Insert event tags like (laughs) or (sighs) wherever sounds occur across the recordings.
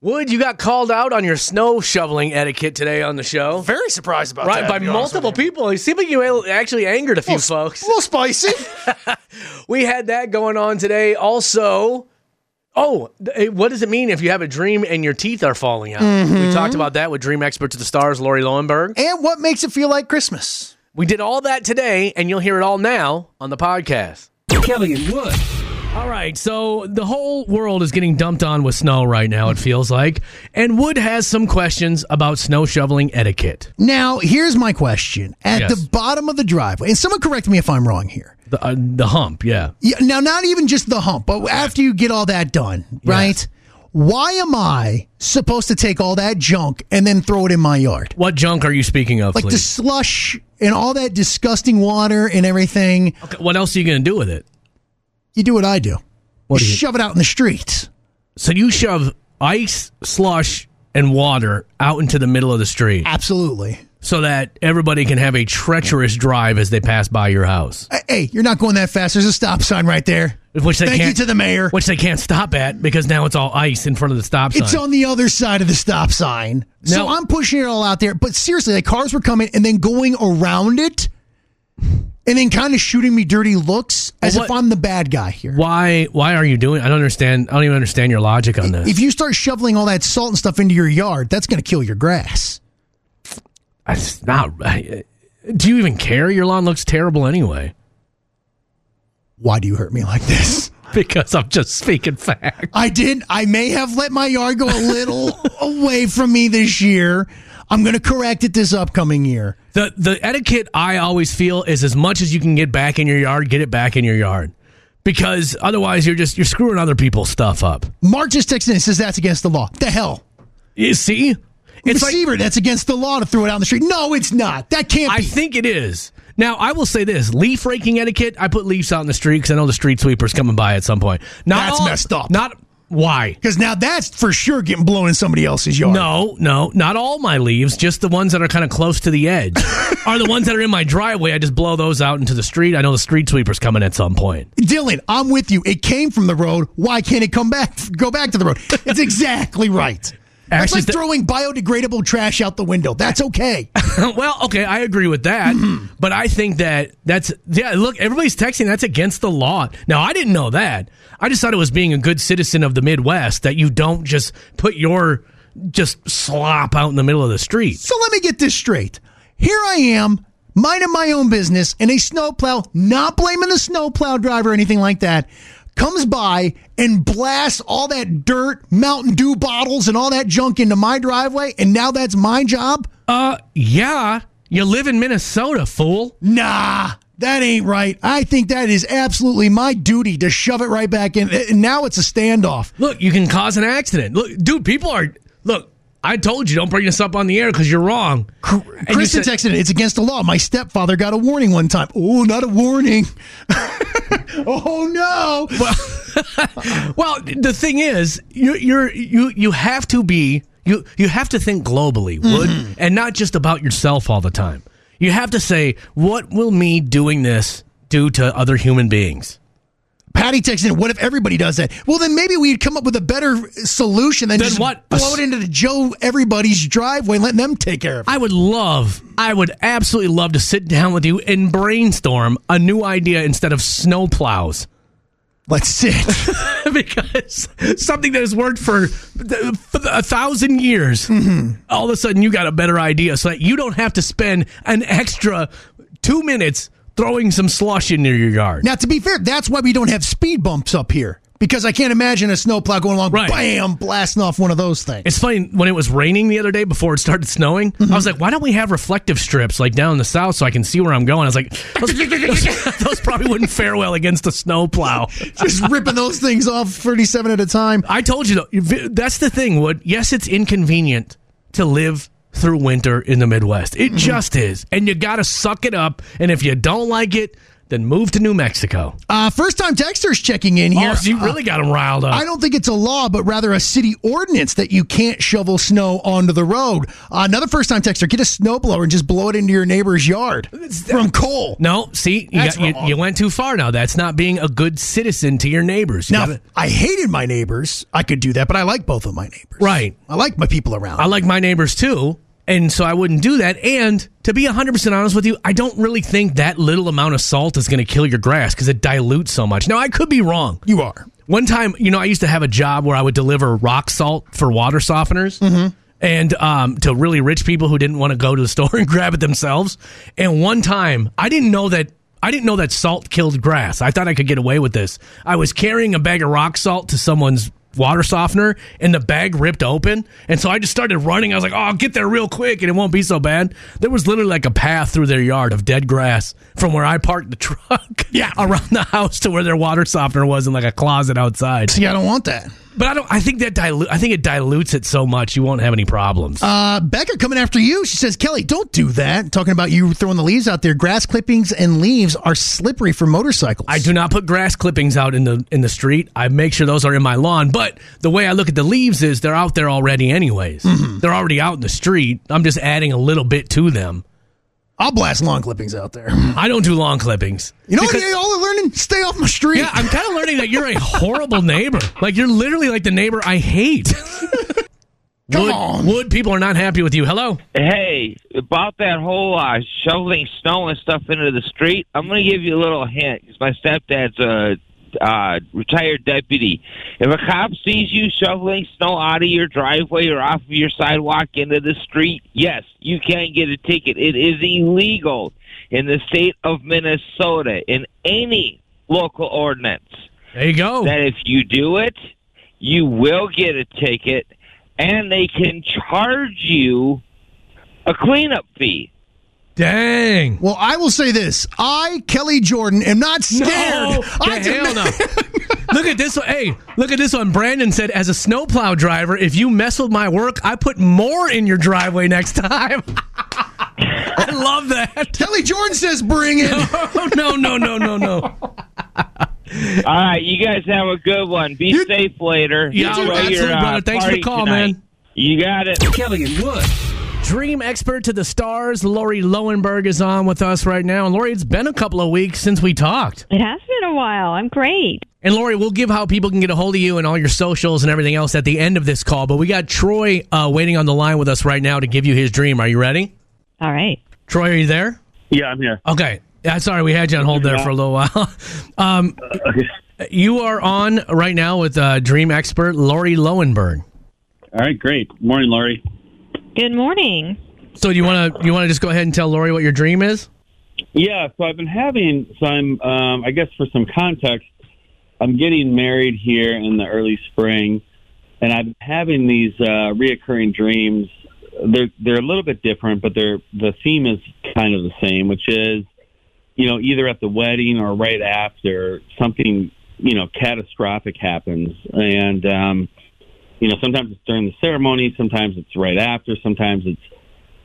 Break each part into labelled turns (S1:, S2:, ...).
S1: Wood, you got called out on your snow shoveling etiquette today on the show.
S2: Very surprised about
S1: Right,
S2: that.
S1: by
S2: to be honest
S1: multiple
S2: with you.
S1: people. You seem like you actually angered a few folks.
S2: A
S1: (laughs)
S2: little spicy.
S1: We had that going on today. Also, oh, th- eh, what does it mean if you have a dream and your teeth are falling out?
S2: Mm-hmm.
S1: We talked about that with Dream Expert to the Stars, Lori Lowenberg.
S2: and what makes it feel like Christmas?
S1: We did all that today, and you'll hear it all now on the podcast.
S3: Kelly and Wood.
S1: All right, so the whole world is getting dumped on with snow right now, it feels like. And Wood has some questions about snow shoveling etiquette.
S2: Now, here's my question. At
S1: Yes.
S2: the bottom of the driveway, and someone correct me if I'm wrong here.
S1: The, uh, the hump, yeah.
S2: Yeah, now, not even just the hump, but after you get all that done, right? Why am I supposed to take all that junk and then throw it in my yard?
S1: What junk are you speaking of,
S2: Like the
S1: please?
S2: slush and all that disgusting water and everything.
S1: Okay, what else are you going to do with it?
S2: You do what I do.
S1: What
S2: you
S1: do you-
S2: shove it out in the street.
S1: So you shove ice, slush, and water out into the middle of the street
S2: Absolutely.
S1: so that everybody can have a treacherous drive as they pass by your house,
S2: Hey, Hey, you're not going that fast. There's a stop sign right there.
S1: which they
S2: Thank you
S1: can't
S2: to the mayor.
S1: which they can't stop at because now it's all ice in front of the stop sign.
S2: It's on the other side of the stop sign. So
S1: No.
S2: I'm pushing it all out there. But seriously, like cars were coming and then going around it and then kind of shooting me dirty looks as
S1: Well,
S2: if
S1: what-
S2: I'm the bad guy here.
S1: why why are you doing I don't understand I don't even understand your logic on this.
S2: If you start shoveling all that salt and stuff into your yard, that's going to kill your grass.
S1: It's not right. Do you even care? Your lawn looks terrible anyway. (laughs)
S2: Why do you hurt me like this? (laughs)
S1: Because I'm just speaking fact.
S2: I did. I may have let my yard go a
S1: (laughs)
S2: little away from me this year. I'm going to correct it this upcoming year.
S1: The the etiquette I always feel is as much as you can get back in your yard, get it back in your yard. Because otherwise you're just you're screwing other people's stuff up.
S2: Mark just texted in and says that's against the law. The hell?
S1: You see? It's like,
S2: Receiver, that's against the law to throw it out in the street. No, it's not. That can't
S1: I
S2: be.
S1: think it is. Now I will say this: leaf raking etiquette. I put leaves out in the street because I know the street sweeper's coming by at some point. Not
S2: That's
S1: all-
S2: messed up.
S1: Not why?
S2: Because now that's for sure getting blown in somebody else's yard.
S1: No, no, not all my leaves. Just the ones that are kind of close to the
S2: (laughs)
S1: edge are the ones that are in my driveway. I just blow those out into the street. I know the street sweeper's coming at some point.
S2: Dylan, I'm with you. It came from the road. Why can't it come back? Go back
S1: (laughs)
S2: to the road. It's exactly right. That's
S1: Actually,
S2: like
S1: the-
S2: throwing biodegradable trash out the window.
S1: (laughs)
S2: That's okay.
S1: (clears throat) well, okay, I agree with that, but I think that that's yeah. Look, everybody's texting. That's against the law. Now, I didn't know that. I just thought it was being a good citizen of the Midwest that you don't just put your just slop out in the middle of the street.
S2: So let me get this straight. Here I am, minding my own business, and a snowplow, not blaming the snowplow driver or anything like that, comes by and blasts all that dirt, Mountain Dew bottles, and all that junk into my driveway, and now that's my job?
S1: Uh, yeah, you live in Minnesota, fool.
S2: Nah, that ain't right. I think that is absolutely my duty to shove it right back in. And now it's a standoff.
S1: Look, you can cause an accident. Look, dude, people are look. I told you don't bring this up on the air because you're wrong. And you
S2: Kristen
S1: said-
S2: texted, it's against the law. My stepfather got a warning one time. Oh, not a warning. (laughs) oh, no.
S1: Well, the thing is, you you're, you you have to be you you have to think globally, Wood, and not just about yourself all the time. You have to say, what will me doing this do to other human beings?
S2: Patty texted, in, what if everybody does that? Well, then maybe we'd come up with a better solution than
S1: Then
S2: just
S1: what?
S2: blow it into the Joe everybody's driveway and let them take care of it.
S1: I would love, I would absolutely love to sit down with you and brainstorm a new idea instead of snow plows.
S2: Let's sit.
S1: (laughs) because something that has worked for, th- for a thousand years, all of a sudden you got a better idea so that you don't have to spend an extra two minutes throwing some slush into your yard.
S2: (laughs) now, to be fair, that's why we don't have speed bumps up here. Because I can't imagine a snowplow going along,
S1: Right.
S2: bam, blasting off one of those things.
S1: it's funny when it was raining the other day before it started snowing. I was like, "Why don't we have reflective strips like down in the south so I can see where I'm going?" I was like, "Those, those- (laughs) those probably wouldn't fare well against a snowplow."
S2: just ripping those things off 37 at a time.
S1: I told you though. you vi- That's the thing, Wood. Yes, it's inconvenient to live through
S2: Mm-hmm.
S1: winter in the Midwest. It just is, and you got to suck it up. And if you don't like it, then move to New Mexico.
S2: Uh, first time texters checking in here.
S1: Oh, so you really got them riled up.
S2: uh, I don't think it's a law, but rather a city ordinance that you can't shovel snow onto the road. Uh, another first time texter, get a snowblower and just blow it into your neighbor's yard from coal.
S1: no, see, you,
S2: That's
S1: got, you,
S2: wrong.
S1: you went too far now. That's not being a good citizen to your neighbors. You
S2: Now,
S1: gotta-
S2: if I hated my neighbors. I could do that, but I like both of my neighbors.
S1: Right.
S2: I like my people around.
S1: I like my neighbors too, and so I wouldn't do that. And to be 100% honest with you, I don't really think that little amount of salt is going to kill your grass because it dilutes so much. Now, I could be wrong.
S2: you are.
S1: One time, you know, I used to have a job where I would deliver rock salt for water softeners. And um, to really rich people who didn't want to go to the (laughs) store and grab it themselves. And one time, I didn't know that I didn't know that salt killed grass. I thought I could get away with this. I was carrying a bag of rock salt to someone's water softener, and the bag ripped open. And so I just started running. I was like, "Oh, I'll get there real quick, and it won't be so bad." There was literally like a path through their yard of dead grass from where I parked the (laughs) truck, yeah, around the house to where their water softener was in like a closet outside.
S2: See, I don't want that.
S1: But I don't. I think that dilute. I think it dilutes it so much you won't have any problems.
S2: Uh, Becca coming after you. She says, Kelly, don't do that. Talking about you throwing the leaves out there. Grass clippings and leaves are slippery for motorcycles.
S1: I do not put grass clippings out in the in the street. I make sure those are in my lawn. But the way I look at the leaves is they're out there already, anyways. They're already out in the street. I'm just adding a little bit to them.
S2: I'll blast lawn clippings out there. (laughs)
S1: I don't do lawn clippings.
S2: You know
S1: Because-
S2: what? All are learning. Stay off my street.
S1: Yeah, I'm kind of learning that you're a horrible neighbor. Like you're literally like the neighbor I hate.
S2: Come
S1: wood,
S2: on.
S1: wood people are not happy with you. Hello.
S3: Hey, about that whole uh, shoveling snow and stuff into the street, I'm going to give you a little hint because my stepdad's a uh, retired deputy. If a cop sees you shoveling snow out of your driveway or off of your sidewalk into the street, yes, you can get a ticket. It is illegal in the state of Minnesota in any local ordinance
S1: There you go.
S3: that if you do it, you will get a ticket, and they can charge you a cleanup fee.
S1: Dang.
S2: Well, I will say this. I, Kelly Jordan, am not scared.
S1: No,
S2: I
S1: the hell
S2: demand-
S1: no. (laughs) look at this one. Hey, look at this one. Brandon said, as a snowplow driver, if you mess with my work, I put more in your driveway next time. (laughs) I love that. (laughs)
S2: Kelly Jordan says bring it.
S1: Oh, (laughs) no, no, no, no, no.
S3: All right, you guys have a good one. Be
S2: You-
S3: safe later.
S1: Yeah,
S3: Enjoy
S1: absolutely,
S3: your, uh,
S1: brother. Thanks for the
S3: party
S1: call,
S3: tonight.
S1: man.
S3: You got it.
S4: Kelly and Wood.
S1: Dream expert to the stars, Lori Lowenberg is on with us right now. And Lori, it's been a couple of weeks since we talked.
S5: It has been a while. I'm great.
S1: And Lori, we'll give how people can get a hold of you and all your socials and everything else at the end of this call. But we got Troy uh, waiting on the line with us right now to give you his dream. Are you ready?
S5: All right.
S1: Troy, are you there?
S6: Yeah, I'm here.
S1: Okay. Yeah, sorry, we had you on hold there for a little while. (laughs) Um, you are on right now with uh, dream expert Lori Lowenberg.
S6: All right, great. Morning, Laurie.
S5: Good morning.
S1: So do you want to you want to just go ahead and tell Lori what your dream is?
S6: Yeah, so I've been having some, um, I guess for some context, I'm getting married here in the early spring, and I've been having these uh, reoccurring dreams. They're they're a little bit different, but they're the theme is kind of the same, which is, you know, either at the wedding or right after something, you know, catastrophic happens, and um, you know, sometimes it's during the ceremony, sometimes it's right after, sometimes it's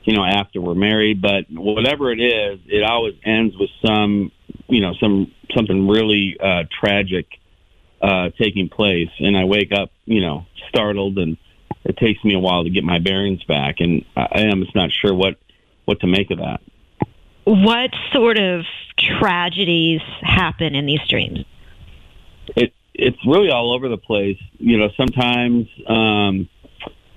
S6: you know, after we're married, but whatever it is, it always ends with some, you know, some something really uh, tragic uh, taking place, and I wake up, you know, startled, and it takes me a while to get my bearings back, and I I am just not sure what what to make of that.
S5: What sort of tragedies happen in these dreams?
S6: it it's really all over the place. You know, sometimes um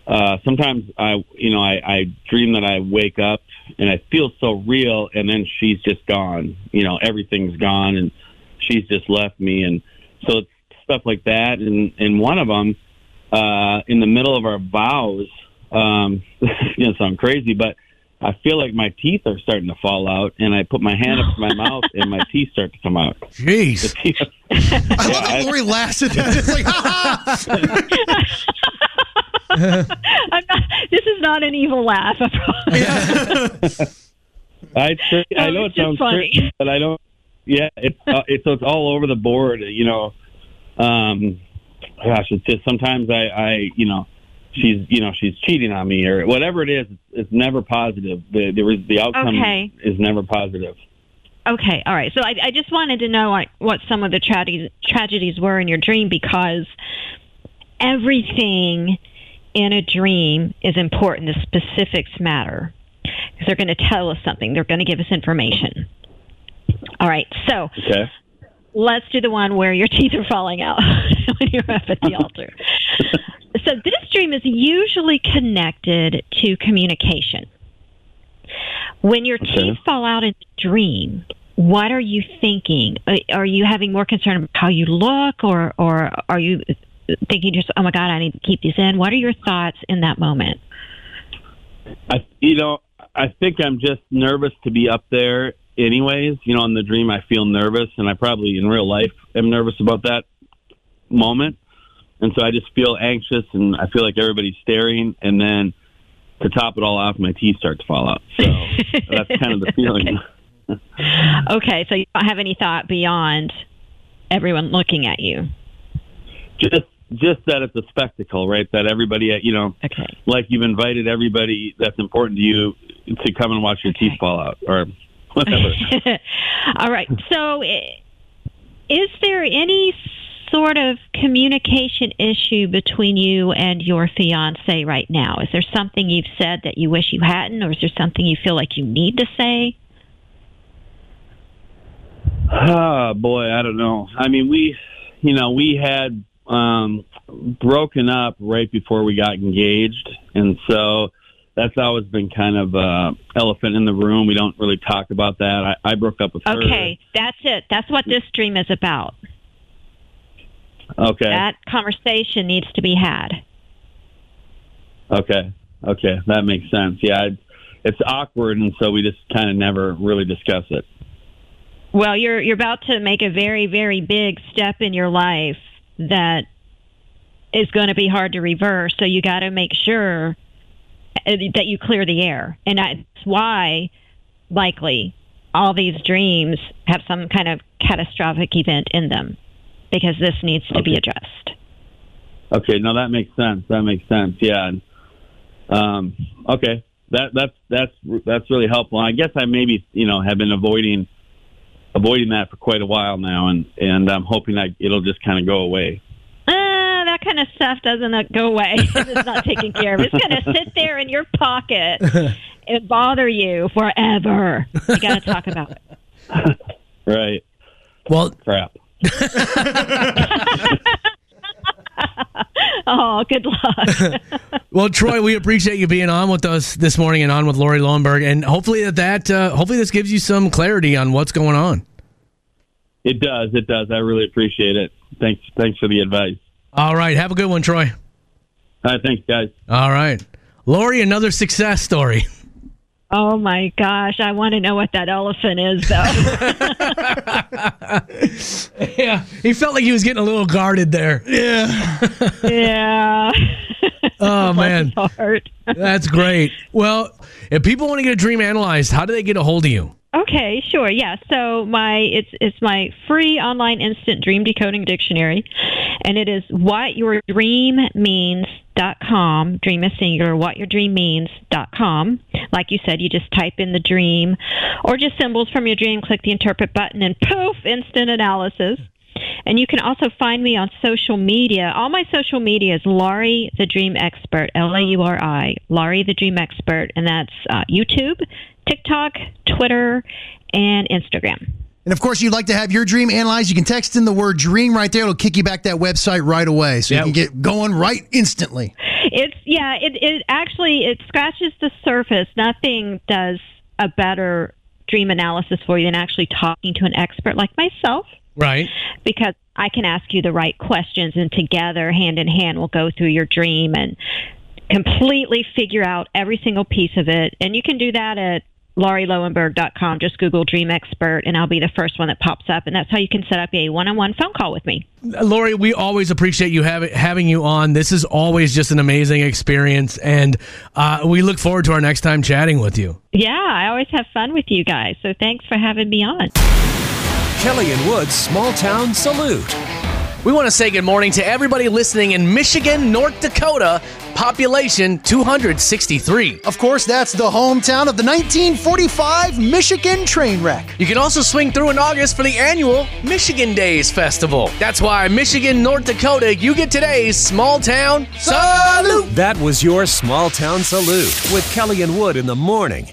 S6: uh sometimes I you know, I, I dream that I wake up and I feel so real and then she's just gone. You know, everything's gone and she's just left me and so it's stuff like that and and one of them uh in the middle of our vows um (laughs) it's gonna sound crazy but I feel like my teeth are starting to fall out and I put my hand up to my mouth and my teeth start to come out. (laughs)
S1: Jeez.
S2: I love
S6: Yeah,
S2: that
S6: I-
S2: Lori laughs at that. It's like, (laughs) ha ha.
S5: (laughs) I'm not, this is not an evil laugh. I promise.
S1: (laughs)
S6: I tr- I
S5: Um,
S6: know it
S5: it's just
S6: sounds
S5: funny.
S6: crazy, but I don't. Yeah, it's uh, it's it's all over the board. You know, um, gosh, it's just sometimes I I you know she's you know she's cheating on me or whatever it is. It's, it's never positive. The the, res- the outcome
S5: Okay.
S6: is never positive.
S5: (laughs) Okay, all right. So I, I just wanted to know like, what some of the tragedies tragedies were in your dream because everything in a dream is important. The specifics matter because they're going to tell us something. They're going to give us information. All right. So
S6: Okay.
S5: let's do the one where your (laughs) teeth are falling out when you're up at
S6: (laughs)
S5: the altar. So this dream is usually connected to communication. When your teeth fall out in the dream, what are you thinking? Are- Are you having more concern about how you look, or or are you thinking just, oh my god, I need to keep these in? What are your thoughts in that moment?
S6: I, you know, I think I'm just nervous to be up there, anyways. You know, in the dream, I feel nervous, and I probably in real life am nervous about that moment. And so I just feel anxious, and I feel like everybody's staring. And then to top it all off, my teeth start to fall out. So Oh, that's kind of the feeling.
S5: (laughs) Okay, so you don't have any thought beyond everyone looking at you.
S6: Just, just that it's a spectacle, right? That everybody, you know,
S5: Okay.
S6: like you've invited everybody that's important to you to come and watch your
S5: Okay.
S6: teeth fall out or whatever.
S5: (laughs) All right. So, i- is there any sort of communication issue between you and your fiance right now? Is there something you've said that you wish you hadn't, or is there something you feel like you need to say?
S6: Oh boy, I don't know. I mean, we, you know, we had um, broken up right before we got engaged, and so that's always been kind of uh, elephant in the room. We don't really talk about that. I, I broke up with her.
S5: Okay, that's it. That's what this dream is about.
S6: Okay.
S5: That conversation needs to be had.
S6: okay. Okay. That makes sense. Yeah, I, it's awkward, and so we just kind of never really discuss it.
S5: Well, you're you're about to make a very very big step in your life that is going to be hard to reverse. So you got to make sure uh, that you clear the air, and that's why likely all these dreams have some kind of catastrophic event in them because this needs to be addressed.
S6: Okay, no, that makes sense. That makes sense. Yeah. and, Um, okay, that that's that's that's really helpful. I guess I maybe you know have been avoiding avoiding that for quite a while now, and and I'm hoping that it'll just kind of go away.
S5: Ah, that kind of stuff doesn't uh, go away. (laughs) it's not taken care of. It's going to sit there in your pocket and bother you forever. You got to talk about it.
S6: Right?
S1: Well,
S6: Crap.
S5: (laughs) Oh, good luck.
S1: well, Troy, we appreciate you being on with us this morning and on with Lori Lohenberg, and hopefully that that uh, hopefully this gives you some clarity on what's going on.
S6: It does. It does. I really appreciate it. Thanks. Thanks for the advice.
S1: All right, have a good one, Troy.
S6: All right. Thanks, guys.
S1: All right, Lori, another success story. (laughs)
S5: oh my gosh, I want to know what that elephant is, though.
S1: (laughs) Yeah, he felt like he was getting a little guarded (laughs) there.
S5: yeah. (laughs)
S1: Oh man,
S5: Heart.
S1: that's great. Well, if people want to get a dream analyzed, how do they get a hold of you?
S5: Okay, sure. Yeah. So my it's it's my free online instant dream decoding dictionary and it is what your dream means dot com. Dream is singular, what your dream means dot com. Like you said, you just type in the dream or just symbols from your dream, click the interpret button and poof, instant analysis. And you can also find me on social media. All my social media is Laurie the Dream Expert, L A U R I, Laurie the Dream Expert, and that's uh, YouTube, TikTok, Twitter, and Instagram.
S2: And of course, you'd like to have your dream analyzed. You can text in the word dream right there. It'll kick you back that website right away. So
S1: Yeah.
S2: you can get going right instantly.
S5: It's yeah, it it actually it scratches the surface. Nothing does a better dream analysis for you than actually talking to an expert like myself.
S1: Right.
S5: because I can ask you the right questions, and together, hand in hand, we'll go through your dream and completely figure out every single piece of it. And you can do that at laurielowenberg.com. Just Google Dream Expert, and I'll be the first one that pops up. And that's how you can set up a one on one phone call with me.
S1: Lori, we always appreciate you have, having you on. This is always just an amazing experience, and uh, we look forward to our next time chatting with you.
S5: Yeah, I always have fun with you guys. So thanks for having me on.
S4: Kelly and Wood's Small Town Salute.
S1: We want to say good morning to everybody listening in Michigan, North Dakota, population 263.
S2: Of course, that's the hometown of the 1945 Michigan train wreck.
S1: You can also swing through in August for the annual Michigan Days Festival. That's why Michigan, North Dakota, you get today's small town salute.
S4: That was your small town salute with Kelly and Wood in the morning.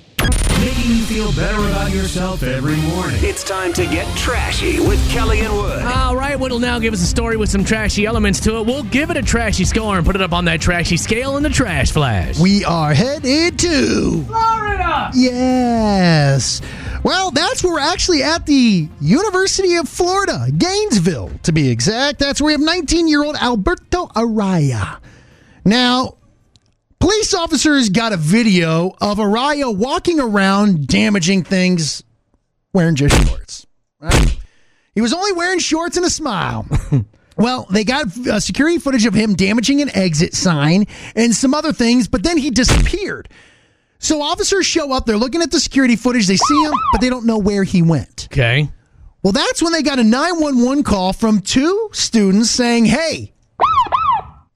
S7: Making you feel better about yourself every morning.
S4: It's time to get trashy with Kelly and Wood.
S1: All right, Wood'll now give us a story with some trashy elements to it. We'll give it a trashy score and put it up on that trashy scale in the trash flash.
S2: We are headed to Florida. Yes. Well, that's where we're actually at the University of Florida, Gainesville, to be exact. That's where we have 19 year old Alberto Araya. Now, police officers got a video of Araya walking around damaging things wearing just shorts. Right? He was only wearing shorts and a smile. Well, they got uh, security footage of him damaging an exit sign and some other things, but then he disappeared. So officers show up, they're looking at the security footage, they see him, but they don't know where he went.
S1: okay.
S2: Well, that's when they got a 911 call from two students saying, Hey,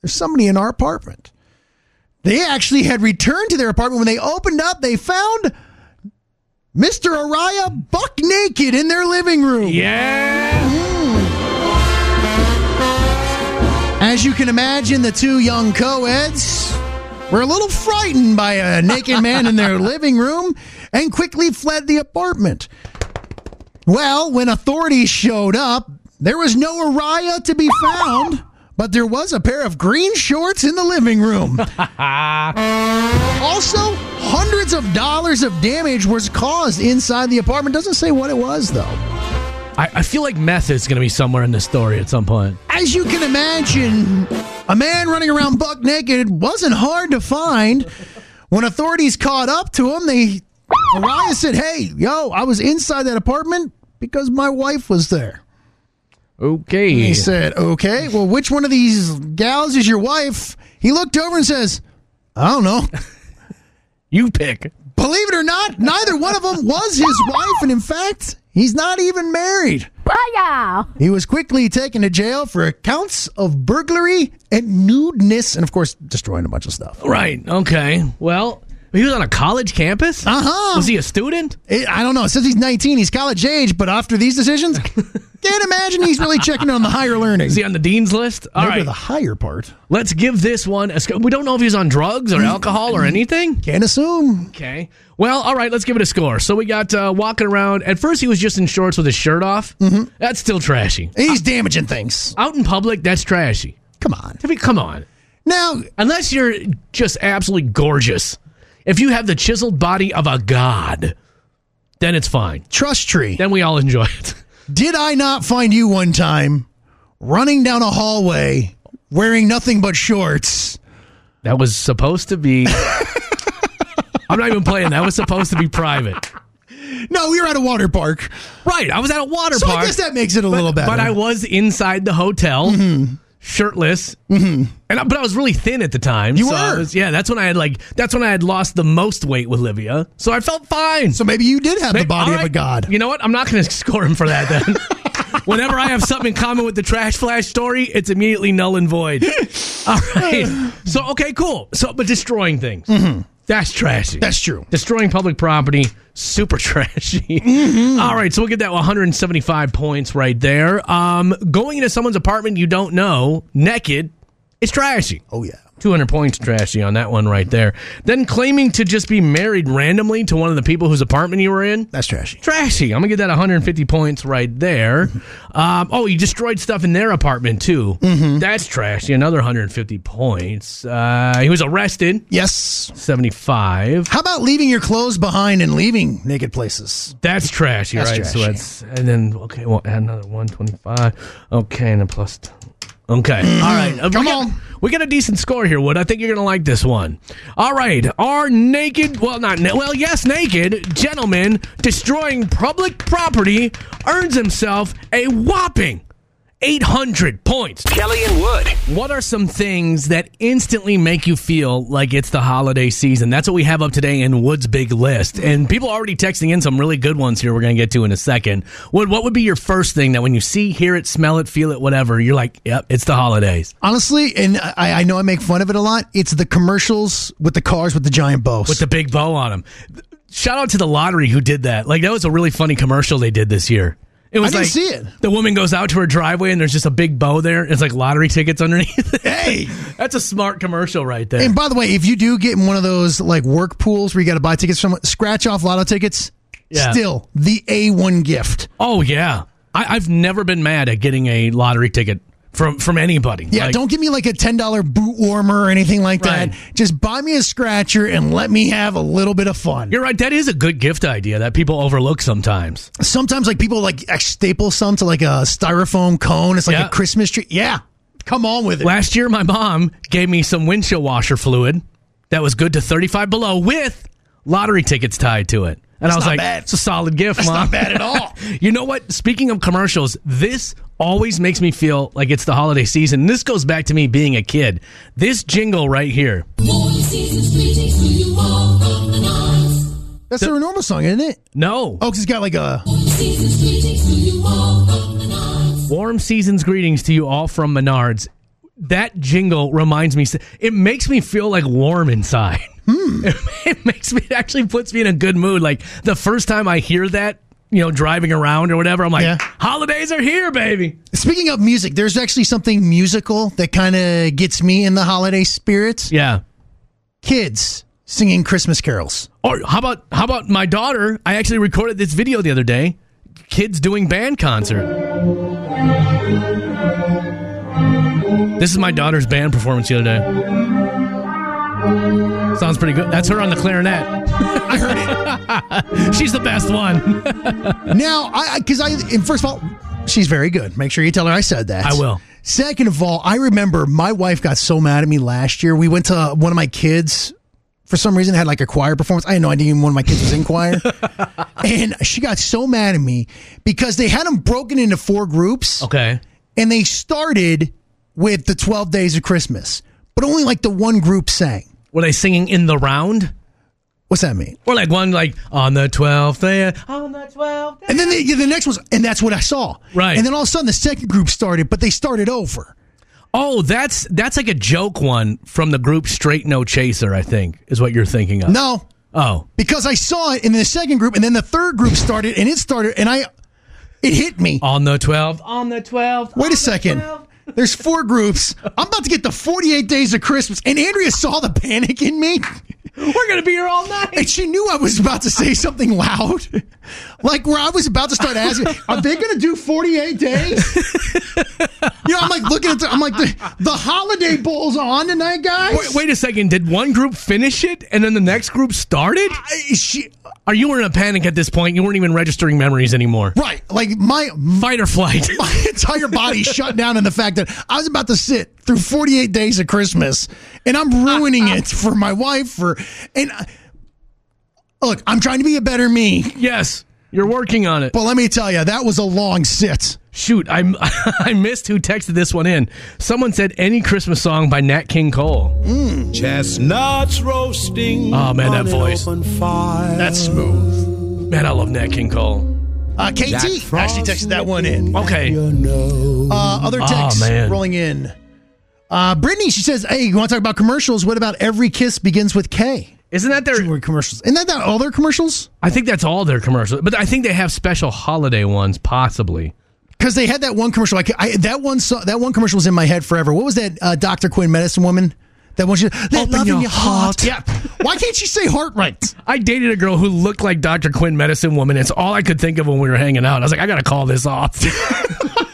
S2: there's somebody in our apartment. They actually had returned to their apartment. When they opened up, they found Mr. Araya buck naked in their living room.
S1: Yeah.
S2: As you can imagine, the two young co-eds were a little frightened by a naked man in their living room and quickly fled the apartment. Well, when authorities showed up, there was no Araya to be found, but there was a pair of green shorts in the living room. also, hundreds of dollars of damage was caused inside the apartment. Doesn't say what it was though.
S1: I, I feel like meth is going to be somewhere in this story at some point.
S2: As you can imagine, a man running around buck naked wasn't hard to find. When authorities caught up to him, they Mariah said, "Hey, yo, I was inside that apartment because my wife was there."
S1: Okay.
S2: He said, "Okay, well, which one of these gals is your wife?" He looked over and says, "I don't know." (laughs)
S1: You pick.
S2: Believe it or not, neither one of them was his wife, and in fact, he's not even married. He was quickly taken to jail for counts of burglary and nudeness, and of course, destroying a bunch of stuff.
S1: Right. Okay. Well, he was on a college campus?
S2: Uh huh.
S1: Was he a student?
S2: It- I don't know. Since he's 19, he's college age, but after these (laughs) decisions, can't imagine he's really checking on the higher learning.
S1: Is he on the dean's list? All
S2: Maybe
S1: right.
S2: the higher part.
S1: Let's give this one a score. We don't know if he was on drugs or alcohol or anything.
S2: Can't assume.
S1: Okay. Well, all right, let's give it a score. So we got uh, walking around. At first, he was just in shorts with his shirt off. Mm-hmm. That's still trashy.
S2: He's damaging things.
S1: Out in public, that's trashy.
S2: Come on.
S1: I mean, come on.
S2: Now,
S1: Unless you're just absolutely gorgeous. If you have the chiseled body of a god, then it's fine.
S2: trust tree.
S1: Then we all enjoy it.
S2: Did I not find you one time running down a hallway wearing nothing but shorts?
S1: That was supposed to be. (laughs) I'm not even playing. That was supposed to be private.
S2: No, we were at a water park.
S1: Right. I was at a water
S2: So
S1: park.
S2: I guess that makes it a little better. Mm-hmm.
S1: But I was inside the hotel, shirtless, and I, but I was really thin at the time.
S2: You
S1: so I
S2: were.
S1: was- yeah. That's when I had like that's when I had lost the most weight with Livia, so I felt fine.
S2: so maybe you did have the body
S1: All
S2: of a
S1: right.
S2: god.
S1: You know what? I'm not going to score him for that
S2: (laughs)
S1: then. Whenever I have something in common with the trash flash story, it's immediately null and
S2: (laughs)
S1: void. All right. So okay, cool. So but destroying things. That's trashy.
S2: Mm-hmm. That's true.
S1: Destroying public property, super trashy.
S2: Mm-hmm.
S1: All right, so we'll get that 175 points right there. Um, going into someone's apartment you don't know, naked, it's trashy.
S2: Oh yeah.
S1: 200 points trashy on that one right there. Then claiming to just be married randomly to one of the people whose apartment you were in,
S2: That's trashy.
S1: trashy. I'm gonna get that 150 points right there. Um, oh, you destroyed stuff in their apartment too. That's trashy. Another 150 points. Uh, he was arrested.
S2: Yes.
S1: 75.
S2: How about leaving your clothes behind and leaving naked places?
S1: That's trashy,
S2: That's
S1: right? So
S2: trashy.
S1: that's and then okay, we'll add another one twenty five. Okay, and then plus. T- okay,
S2: (clears throat)
S1: all right. Uh,
S2: Come
S1: we got-
S2: on.
S1: we got a decent score here, Wood. I think you're gonna like this one. All right, are naked? Well, not na- well. Yes, naked gentleman destroying public property earns himself a whopping 800 points.
S4: Kelly and Wood.
S1: What are some things that instantly make you feel like it's the holiday season? That's what we have up today in Wood's big list. And people are already texting in some really good ones here we're going to get to in a second. Wood, what would be your first thing that when you see, hear it, smell it, feel it, whatever, you're like, yep, it's the holidays.
S2: Honestly, and I, I know I make fun of it a lot. It's the commercials with the cars with the giant bows.
S1: With the big bow on them. Shout out to the lottery who did that. Like, that was a really funny commercial they did this year. It was
S2: I didn't
S1: like
S2: see it.
S1: the woman goes out to her driveway and there's just a big bow there. It's like lottery tickets underneath.
S2: hey.
S1: (laughs) That's a smart commercial right there.
S2: And by the way, if you do get in one of those like work pools where you got to buy tickets from, scratch off lotto tickets.
S1: Yeah.
S2: Still the A one gift.
S1: Oh yeah, I, I've never been mad at getting a lottery ticket from from anybody.
S2: Yeah,
S1: Like,
S2: don't give me like a ten dollar boot warmer or anything like
S1: Right.
S2: that. Just buy me a scratcher and let me have a little bit of fun.
S1: You're right. That is a good gift idea that people overlook sometimes.
S2: Sometimes like people like ex- staple some to like a styrofoam cone. It's like
S1: Yeah.
S2: a Christmas tree. Yeah, come on with it.
S1: Last year, my mom gave me some windshield washer fluid that was good to 35 below with lottery tickets tied to it. And I was
S2: not
S1: like,
S2: bad.
S1: it's a solid gift,
S2: That's
S1: mom.
S2: not bad at all.
S1: (laughs) You know what? Speaking of commercials, this always makes me feel like it's the holiday season. This goes back to me being a kid. This jingle right here.
S8: Morning season's greetings to you all from the north.
S2: That's their normal song, isn't it?
S1: No.
S2: Oh, it it's got like a
S8: Morning season's greetings to you all from the north.
S1: Warm season's greetings to you all from Menards. That jingle reminds me, it makes me feel like warm inside. (laughs) It makes me, it actually puts me in a good mood. Like the first time I hear that, you know, driving around or whatever, I'm like,
S2: Yeah.
S1: holidays are here, baby.
S2: Speaking of music, there's actually something musical that kind of gets me in the holiday spirits.
S1: Yeah.
S2: Kids singing Christmas carols.
S1: Or how about, how about my daughter? I actually recorded this video the other day. Kids doing band concert. This is my daughter's band performance the other day. Sounds pretty good. That's her on the clarinet.
S2: (laughs) I heard
S1: (laughs)
S2: it.
S1: She's the best one.
S2: now, I because I, and first of all, she's very good. Make sure you tell her I said that.
S1: I will.
S2: Second of all, I remember my wife got so mad at me last year. We went to one of my kids. For some reason, had like a choir performance. I had no idea even one of my kids was in
S1: (laughs)
S2: choir, and she got so mad at me because they had them broken into four groups.
S1: Okay.
S2: and they started with the 12 days of Christmas, but only like the one group sang.
S1: Were they singing in the round?
S2: What's that mean?
S1: Or like one like on the twelfth day? Oh,
S2: And then the, the next one's, and that's what I saw.
S1: Right.
S2: And then all of a sudden the second group started, but they started over.
S1: oh, that's that's like a joke one from the group Straight No Chaser. I think is what you're thinking of.
S2: No,
S1: Oh,
S2: because I saw it in the second group, and then the third group started, and it started, and I, it hit me.
S1: on the twelfth. On the twelfth.
S2: Wait a second. There's four groups. I'm about to get the 48 days of Christmas, and Andrea saw the panic in me.
S1: We're gonna be here all night.
S2: And she knew I was about to say something loud, like where I was about to start asking, "Are they going to do 48 days?" you know, I'm like looking at, the, I'm like, the, the holiday bowl's on tonight, guys.
S1: Wait, wait a second. Did one group finish it and then the next group started?
S2: I- she,
S1: Are you were in a panic at this point? You weren't even registering memories anymore.
S2: right? Like my
S1: Fight or
S2: (laughs)
S1: flight.
S2: my entire body shut down in the fact that I was about to sit through 48 days of Christmas, and I'm ruining it for my wife. For and I- look, I'm trying to be a better me,
S1: (laughs) yes, you're working on it.
S2: but let me tell you, that was a long sit.
S1: Shoot, I (laughs) I missed who texted this one in. Someone said any Christmas song by Nat King Cole.
S7: Chestnuts roasting.
S4: Ah,
S1: Oh, man, that
S7: on an
S1: voice.
S7: open fire.
S2: That's smooth.
S1: Man, I love Nat King Cole.
S2: Uh, KT
S7: Jack Frost
S2: actually texted that one in. Uh,
S1: Okay.
S7: You know.
S2: other texts
S1: man.
S2: rolling in. Uh, Brittany, she says, "Hey, you want to talk about commercials? What about every kiss begins with K?
S1: Isn't that their
S2: Or commercials? Isn't that not all their commercials?
S1: I think that's all their commercials. But I think they have special holiday ones possibly.
S2: Because they had that one commercial. I, ca- I- that one so, that one commercial was in my head forever. What was that? Uh, Doctor Quinn, medicine woman. That one. She, Let
S1: Open
S2: love in
S1: your
S2: your heart.
S1: heart.
S2: Yeah. Why can't she say heart right? (laughs)
S1: I dated a girl who looked like Dr. Quinn Medicine Woman. It's all I could think of when we were hanging out. I was like, I gotta call this off. (laughs)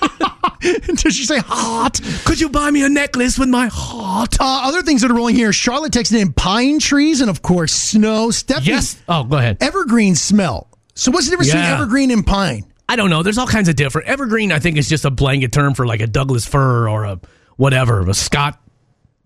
S2: Did she say heart?
S1: could you buy me a necklace with my heart?
S2: Uh, other things that are rolling here. Charlotte texted in pine trees and of course snow. Stephanie,
S1: Yes. Oh, go ahead.
S2: evergreen smell. So what's the difference between
S1: Yeah.
S2: evergreen and pine?
S1: I don't know. There's all kinds of different. Evergreen, I think, is just a blanket term for like a Douglas fir or a whatever, a Scott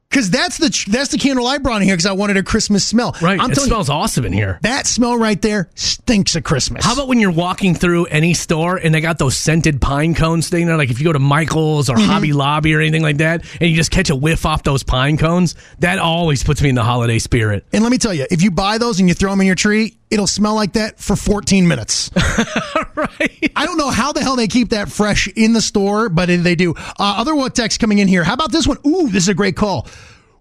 S2: because that's the tr- that's the candle I brought in here because I wanted a Christmas smell.
S1: Right.
S2: I'm
S1: it
S2: telling
S1: smells awesome in here.
S2: you, that smell right there stinks of Christmas.
S1: How about when you're walking through any store and they got those scented pine cones thing? You know, like if you go to Michael's or
S2: Mm-hmm.
S1: Hobby Lobby or anything like that, and you just catch a whiff off those pine cones, that always puts me in the holiday spirit.
S2: And let me tell you, if you buy those and you throw them in your tree, it'll smell like that for 14 minutes.
S1: (laughs) right?
S2: I don't know how the hell they keep that fresh in the store, but it- they do. Uh, other what text coming in here? How about this one? Ooh, this is a great call.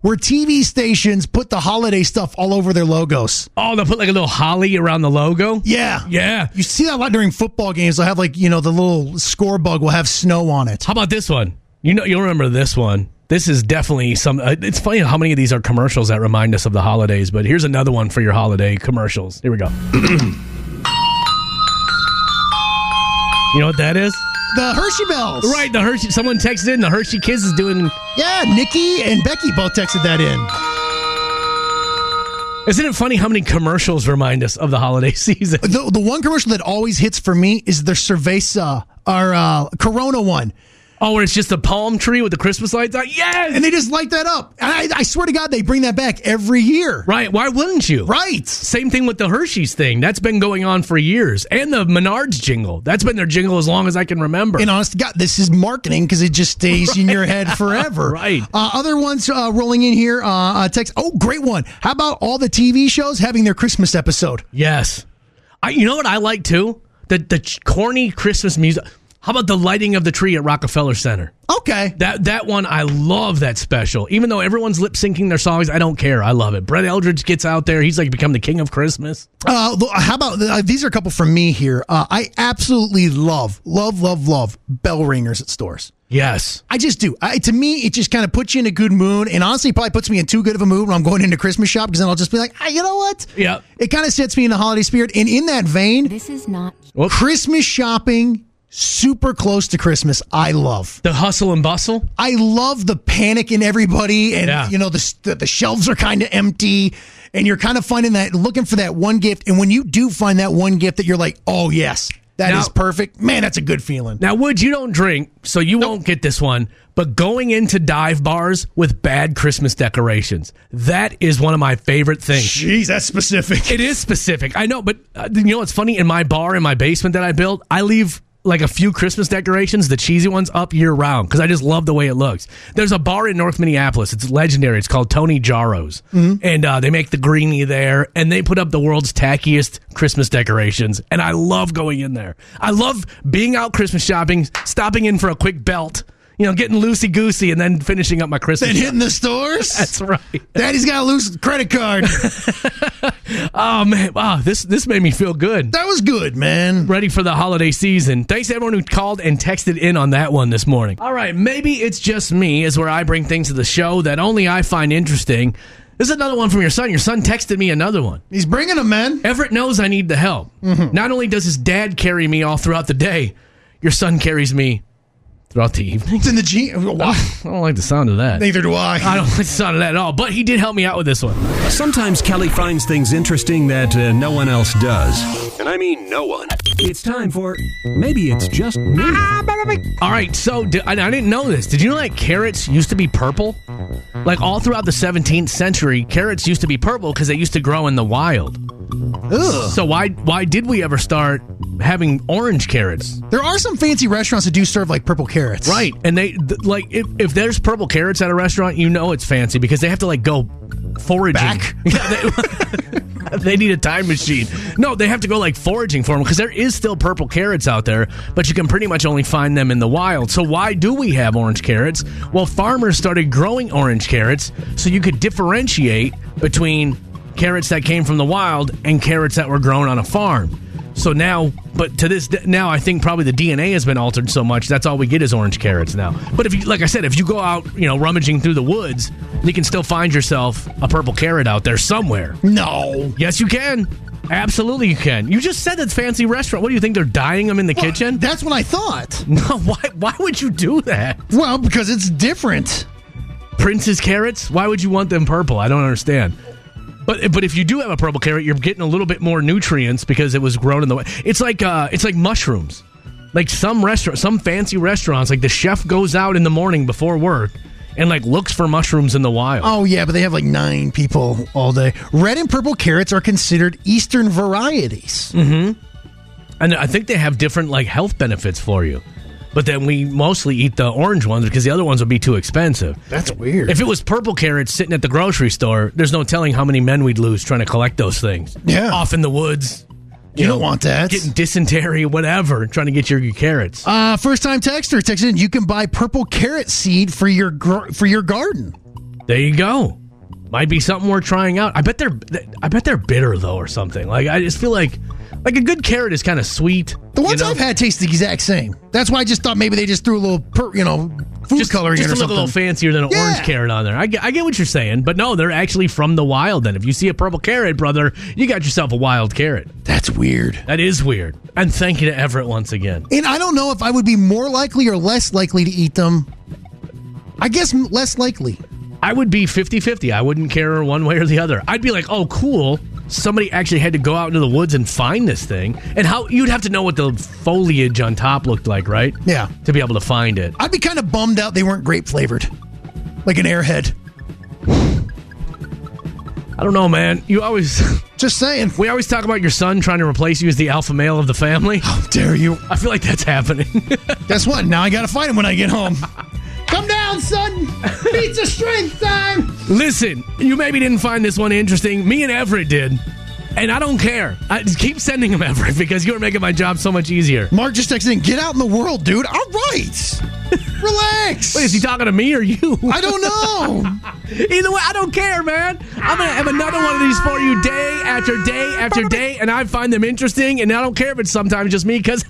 S2: Where TV stations put the holiday stuff all over their logos.
S1: Oh, they put like a little holly around the logo.
S2: Yeah.
S1: Yeah.
S2: You see that a lot during football games. They'll have like, you know, the little score bug will have snow on it.
S1: How about this one? You know, you'll remember this one. This is definitely some. Uh, it's funny how many of these are commercials that remind us of the holidays. But here's another one for your holiday commercials. Here we go. (clears throat) you know what that is?
S2: The Hershey Bells.
S1: Right, the Hershey. Someone texted in. The Hershey Kids is doing.
S2: Yeah, Nikki and Becky both texted that in.
S1: Isn't it funny how many commercials remind us of the holiday (laughs) season?
S2: The, the one commercial that always hits for me is their Cerveza or uh, Corona one.
S1: Oh, where it's just a palm tree with the Christmas lights on. Yes.
S2: And they just light that up. And I, I swear to God, they bring that back every year.
S1: right. Why wouldn't you?
S2: Right.
S1: Same thing with the Hershey's thing. That's been going on for years. And the Menards jingle. That's been their jingle as long as I can remember.
S2: And honest to God, this is marketing because it just stays in your head forever.
S1: Right.
S2: Uh, other ones uh, rolling in here. Uh, uh, text. Oh, great one. How about all the TV shows having their Christmas episode?
S1: yes. I, you know what I like too? The, the ch- corny Christmas music. How about the lighting of the tree at Rockefeller Center?
S2: Okay.
S1: That that one, I love that special. Even though everyone's lip syncing their songs, I don't care. I love it. Brett Eldridge gets out there. He's like become the king of Christmas.
S2: Uh, lo- how about uh, these are a couple from me here. Uh, I absolutely love, love, love, love bell ringers at stores.
S1: Yes.
S2: I just do. I, to me, it just kind of puts you in a good mood, and honestly, probably puts me in too good of a mood when I'm going into Christmas shop because then I'll just be like, ah, you know what?
S1: Yeah.
S2: It kind of sets me in the holiday spirit. And in that vein,
S9: This is not
S2: Christmas shopping super close to Christmas. I love.
S1: The hustle and bustle.
S2: I love the panic in everybody, and
S1: Yeah.
S2: you know the, the the shelves are kind of empty, and you're kind of finding that looking for that one gift. And when you do find that one gift that you're like, oh yes, that is
S1: Now-
S2: perfect. Man, that's a good feeling.
S1: Now, Wood, you don't drink, so you won't get this one. But going into dive bars with bad Christmas decorations, that is one of my favorite things.
S2: Jeez, that's specific. (laughs)
S1: It is specific. I know, but uh, you know what's funny? In my bar in my basement that I built, I leave like a few Christmas decorations, the cheesy ones, up year round because I just love the way it looks. There's a bar in North Minneapolis. It's legendary. It's called Tony Jarro's, and uh, they make the greenie there, and they put up the world's tackiest Christmas decorations. And I love going in there. I love being out Christmas shopping, stopping in for a quick belt, you know, getting loosey goosey, and then finishing up my Christmas.
S2: Then hitting the stores.
S1: (laughs) That's right.
S2: Daddy's got a loose credit (laughs) card.
S1: Oh man, wow, this this made me feel good.
S2: that was good, man.
S1: ready for the holiday season. Thanks to everyone who called and texted in on that one this morning. All right, maybe it's just me, is where I bring things to the show that only I find interesting. This is another one from your son. Your son texted me another one.
S2: He's bringing them, (laughs) man.
S1: Everett knows I need the help. Not only does his dad carry me all throughout the day, your son carries me throughout the evening.
S2: It's in the G. Why?
S1: I don't like the sound of that.
S2: Neither do I.
S1: (laughs) I don't like the sound of that at all, but he did help me out with this one.
S4: Sometimes Kelly finds things interesting that uh, no one else does. And I mean no one. It's time for Maybe It's Just Me.
S1: All right, so di- I I didn't know this. Did you know that carrots used to be purple? Like all throughout the 17th century, carrots used to be purple because they used to grow in the wild.
S2: Ugh.
S1: So why why did we ever start having orange carrots?
S2: There are some fancy restaurants that do serve like purple carrots.
S1: Right, and they th- like if, if there's purple carrots at a restaurant, you know it's fancy because they have to like go foraging.
S2: Back?
S1: (laughs) Yeah, they, (laughs) they need a time machine. No, they have to go like foraging for them because there is still purple carrots out there, but you can pretty much only find them in the wild. So why do we have orange carrots? Well, farmers started growing orange carrots so you could differentiate between carrots that came from the wild and carrots that were grown on a farm. So now, but to this d- now, I think probably the DNA has been altered so much that's all we get is orange carrots now. But if you, like I said, if you go out, you know, rummaging through the woods, you can still find yourself a purple carrot out there somewhere.
S2: No.
S1: Yes, you can. Absolutely, you can. You just said that fancy restaurant. What do you think they're dyeing them in the kitchen?
S2: That's what I thought.
S1: (laughs) no, why? Why would you do that?
S2: Well, because it's different.
S1: Prince's carrots? Why would you want them purple? I don't understand. But but if you do have a purple carrot, you're getting a little bit more nutrients because it was grown in the way. It's like uh, it's like mushrooms. Like some restaurant, some fancy restaurants, like the chef goes out in the morning before work. and like looks for mushrooms in the wild.
S2: Oh yeah, but they have like nine people all day. Red and purple carrots are considered Eastern varieties.
S1: And I think they have different like health benefits for you. But then we mostly eat the orange ones because the other ones would be too expensive.
S2: That's weird.
S1: If it was purple carrots sitting at the grocery store, there's no telling how many men we'd lose trying to collect those things.
S2: Yeah.
S1: Off in the woods,
S2: you don't want that.
S1: getting dysentery, whatever, trying to get your, your carrots.
S2: Uh, first time texter texted in. You can buy purple carrot seed for your gr- for your garden.
S1: There you go. Might be something worth trying out. I bet they're I bet they're bitter though or something. Like I just feel like like a good carrot is kind of sweet.
S2: The ones
S1: you know?
S2: I've had taste the exact same. That's why I just thought maybe they just threw a little, per, you know, food
S1: just,
S2: coloring
S1: just
S2: in or
S1: to look
S2: something.
S1: a little fancier than an
S2: Yeah.
S1: orange carrot on there. I get, I get what you're saying, but no, they're actually from the wild. Then if you see a purple carrot, brother, you got yourself a wild carrot.
S2: That's weird.
S1: That is weird. And thank you to Everett once again.
S2: And I don't know if I would be more likely or less likely to eat them. I guess m- less likely.
S1: I would be 50-50. I wouldn't care one way or the other. I'd be like, "Oh, cool. Somebody actually had to go out into the woods and find this thing." And how you'd have to know what the foliage on top looked like, right?
S2: Yeah.
S1: To be able to find it.
S2: I'd be kind of bummed out they weren't grape flavored, like an airhead.
S1: I don't know, man. You always (laughs)
S2: Just saying.
S1: we always talk about your son trying to replace you as the alpha male of the family. (sighs)
S2: How dare you?
S1: I feel like that's happening. (laughs)
S2: Guess what? Now I gotta fight him when I get home. (laughs) Come down, son. Pizza strength time.
S1: Listen, you maybe didn't find this one interesting. Me and Everett did. And I don't care. I just keep sending them, (laughs) Everett, because you're making my job so much easier.
S2: Mark just texted in. Get out in the world, dude. All right. (laughs) Relax.
S1: Wait, is he talking to me or you? (laughs)
S2: I don't know.
S1: Either way, I don't care, man. I'm going to have another one of these for you day after day after day, and I find them interesting, and I don't care if it's sometimes just me, (laughs) because.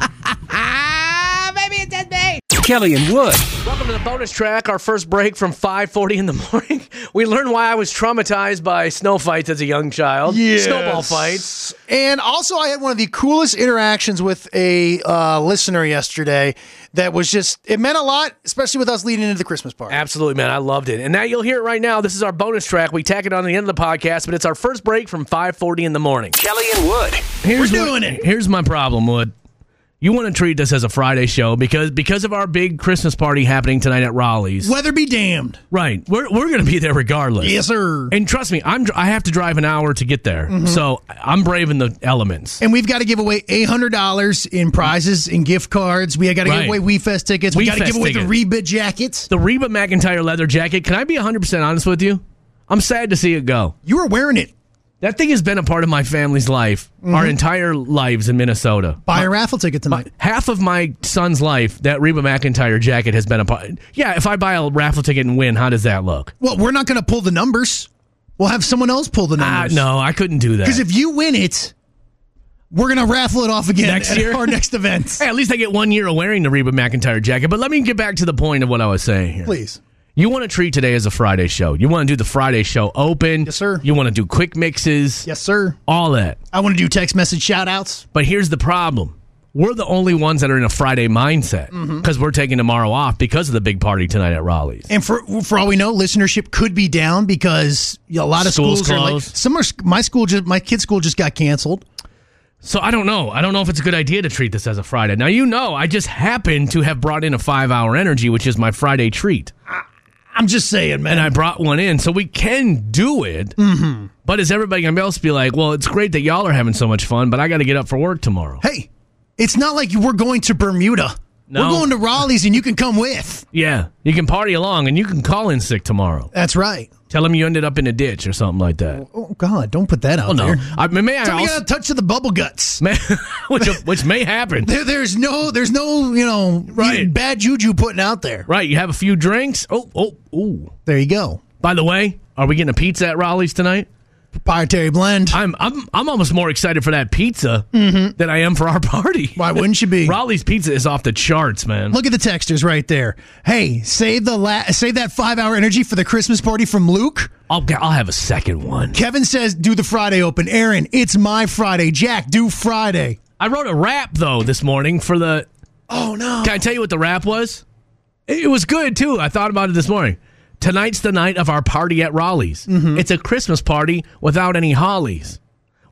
S4: Kelly and Wood.
S1: Welcome to the bonus track, our first break from 5.40 in the (laughs) morning. We learned why I was traumatized by snow fights as a young child. Snowball fights.
S2: And also, I had one of the coolest interactions with a uh, listener yesterday. That was just it meant a lot, especially with us leading into the Christmas party.
S1: Absolutely, man. I loved it. And now you'll hear it right now. This is our bonus track. We tack it on to the end of the podcast, but it's our first break from 540 in the morning.
S4: Kelly and Wood.
S1: Here's
S2: We're
S1: what-
S2: doing it.
S1: Here's my problem, Wood. You want to treat this as a Friday show because because of our big Christmas party happening tonight at Raleigh's.
S2: Weather be damned.
S1: Right. We're, we're going to be there regardless.
S2: Yes, sir. Mm-hmm.
S1: And trust me, I'm dr- I have to drive an hour to get there. So I'm braving the elements.
S2: And we've got to give away eight hundred dollars in prizes and gift cards. We got to
S1: Right.
S2: give away WeFest tickets. We got to
S1: WeFest
S2: give away the
S1: tickets.
S2: Rebid jackets.
S1: The Reba McIntyre leather jacket, can I be 100% honest with you? I'm sad to see it go.
S2: You were wearing it.
S1: That thing has been a part of my family's life, our
S2: Mm-hmm.
S1: entire lives in Minnesota.
S2: Buy a raffle ticket tonight.
S1: half of my son's life, that Reba McIntyre jacket has been a part. Yeah, if I buy a raffle ticket and win, how does that look?
S2: Well, we're not going to pull the numbers. We'll have someone else pull the
S1: Ah,
S2: numbers.
S1: no, I couldn't do that.
S2: because if you win it, we're going to raffle it off again
S1: Next
S2: at
S1: year?
S2: our next event.
S1: Hey, at least I get one year of wearing the Reba McIntyre jacket. But let me get back to the point of what I was saying here.
S2: Please.
S1: You want to treat today as a Friday show. You want to do the Friday show open.
S2: Yes, sir.
S1: You want to do quick mixes.
S2: Yes, sir.
S1: All that.
S2: I want to do text message shout outs.
S1: But here's the problem. We're the only ones that are in a Friday mindset
S2: Mm-hmm.
S1: because we're taking tomorrow off because of the big party tonight at Raleigh's.
S2: And for for all we know, listenership could be down because you know, a lot of
S1: School's
S2: schools, are like
S1: closed.
S2: some are my school just my kids school just got canceled.
S1: So I don't know. I don't know if it's a good idea to treat this as a Friday. Now you know, I just happen to have brought in a five-hour energy, which is my Friday treat,
S2: I'm just saying, man.
S1: and I brought one in, so we can do it. Mm-hmm. But is everybody else be like, well, it's great that y'all are having so much fun, but I got to get up for work tomorrow.
S2: hey, it's not like we're going to Bermuda.
S1: No.
S2: We're going to Raleigh's and you can come with.
S1: Yeah, you can party along, and you can call in sick tomorrow.
S2: That's right.
S1: Tell them you ended up in a ditch or something like that.
S2: Oh God, don't put that out
S1: Oh no,
S2: there.
S1: I, may I
S2: Tell me you
S1: also,
S2: got a touch of the bubble guts.
S1: (laughs) may, which which may
S2: (laughs)
S1: happen.
S2: There, there's no, there's no, you know,
S1: Right.
S2: bad juju putting out there.
S1: Right, you have a few drinks. Oh, oh, ooh.
S2: There you go,
S1: By the way, are we getting a pizza at Raleigh's tonight?
S2: proprietary blend.
S1: I'm I'm I'm almost more excited for that pizza than I am for our party.
S2: Why wouldn't you be?
S1: Raleigh's pizza is off the charts, man.
S2: Look at the texters right there. Hey, save the la- save that five hour energy for the Christmas party from Luke.
S1: I'll get- I'll have a second one.
S2: Kevin says, do the Friday open. Aaron, it's my Friday. Jack, do Friday.
S1: I wrote a rap though this morning for the.
S2: Oh no.
S1: Can I tell you what the rap was? It it was good too. I thought about it this morning. Tonight's the night of our party at Raleigh's. It's a Christmas party without any hollies.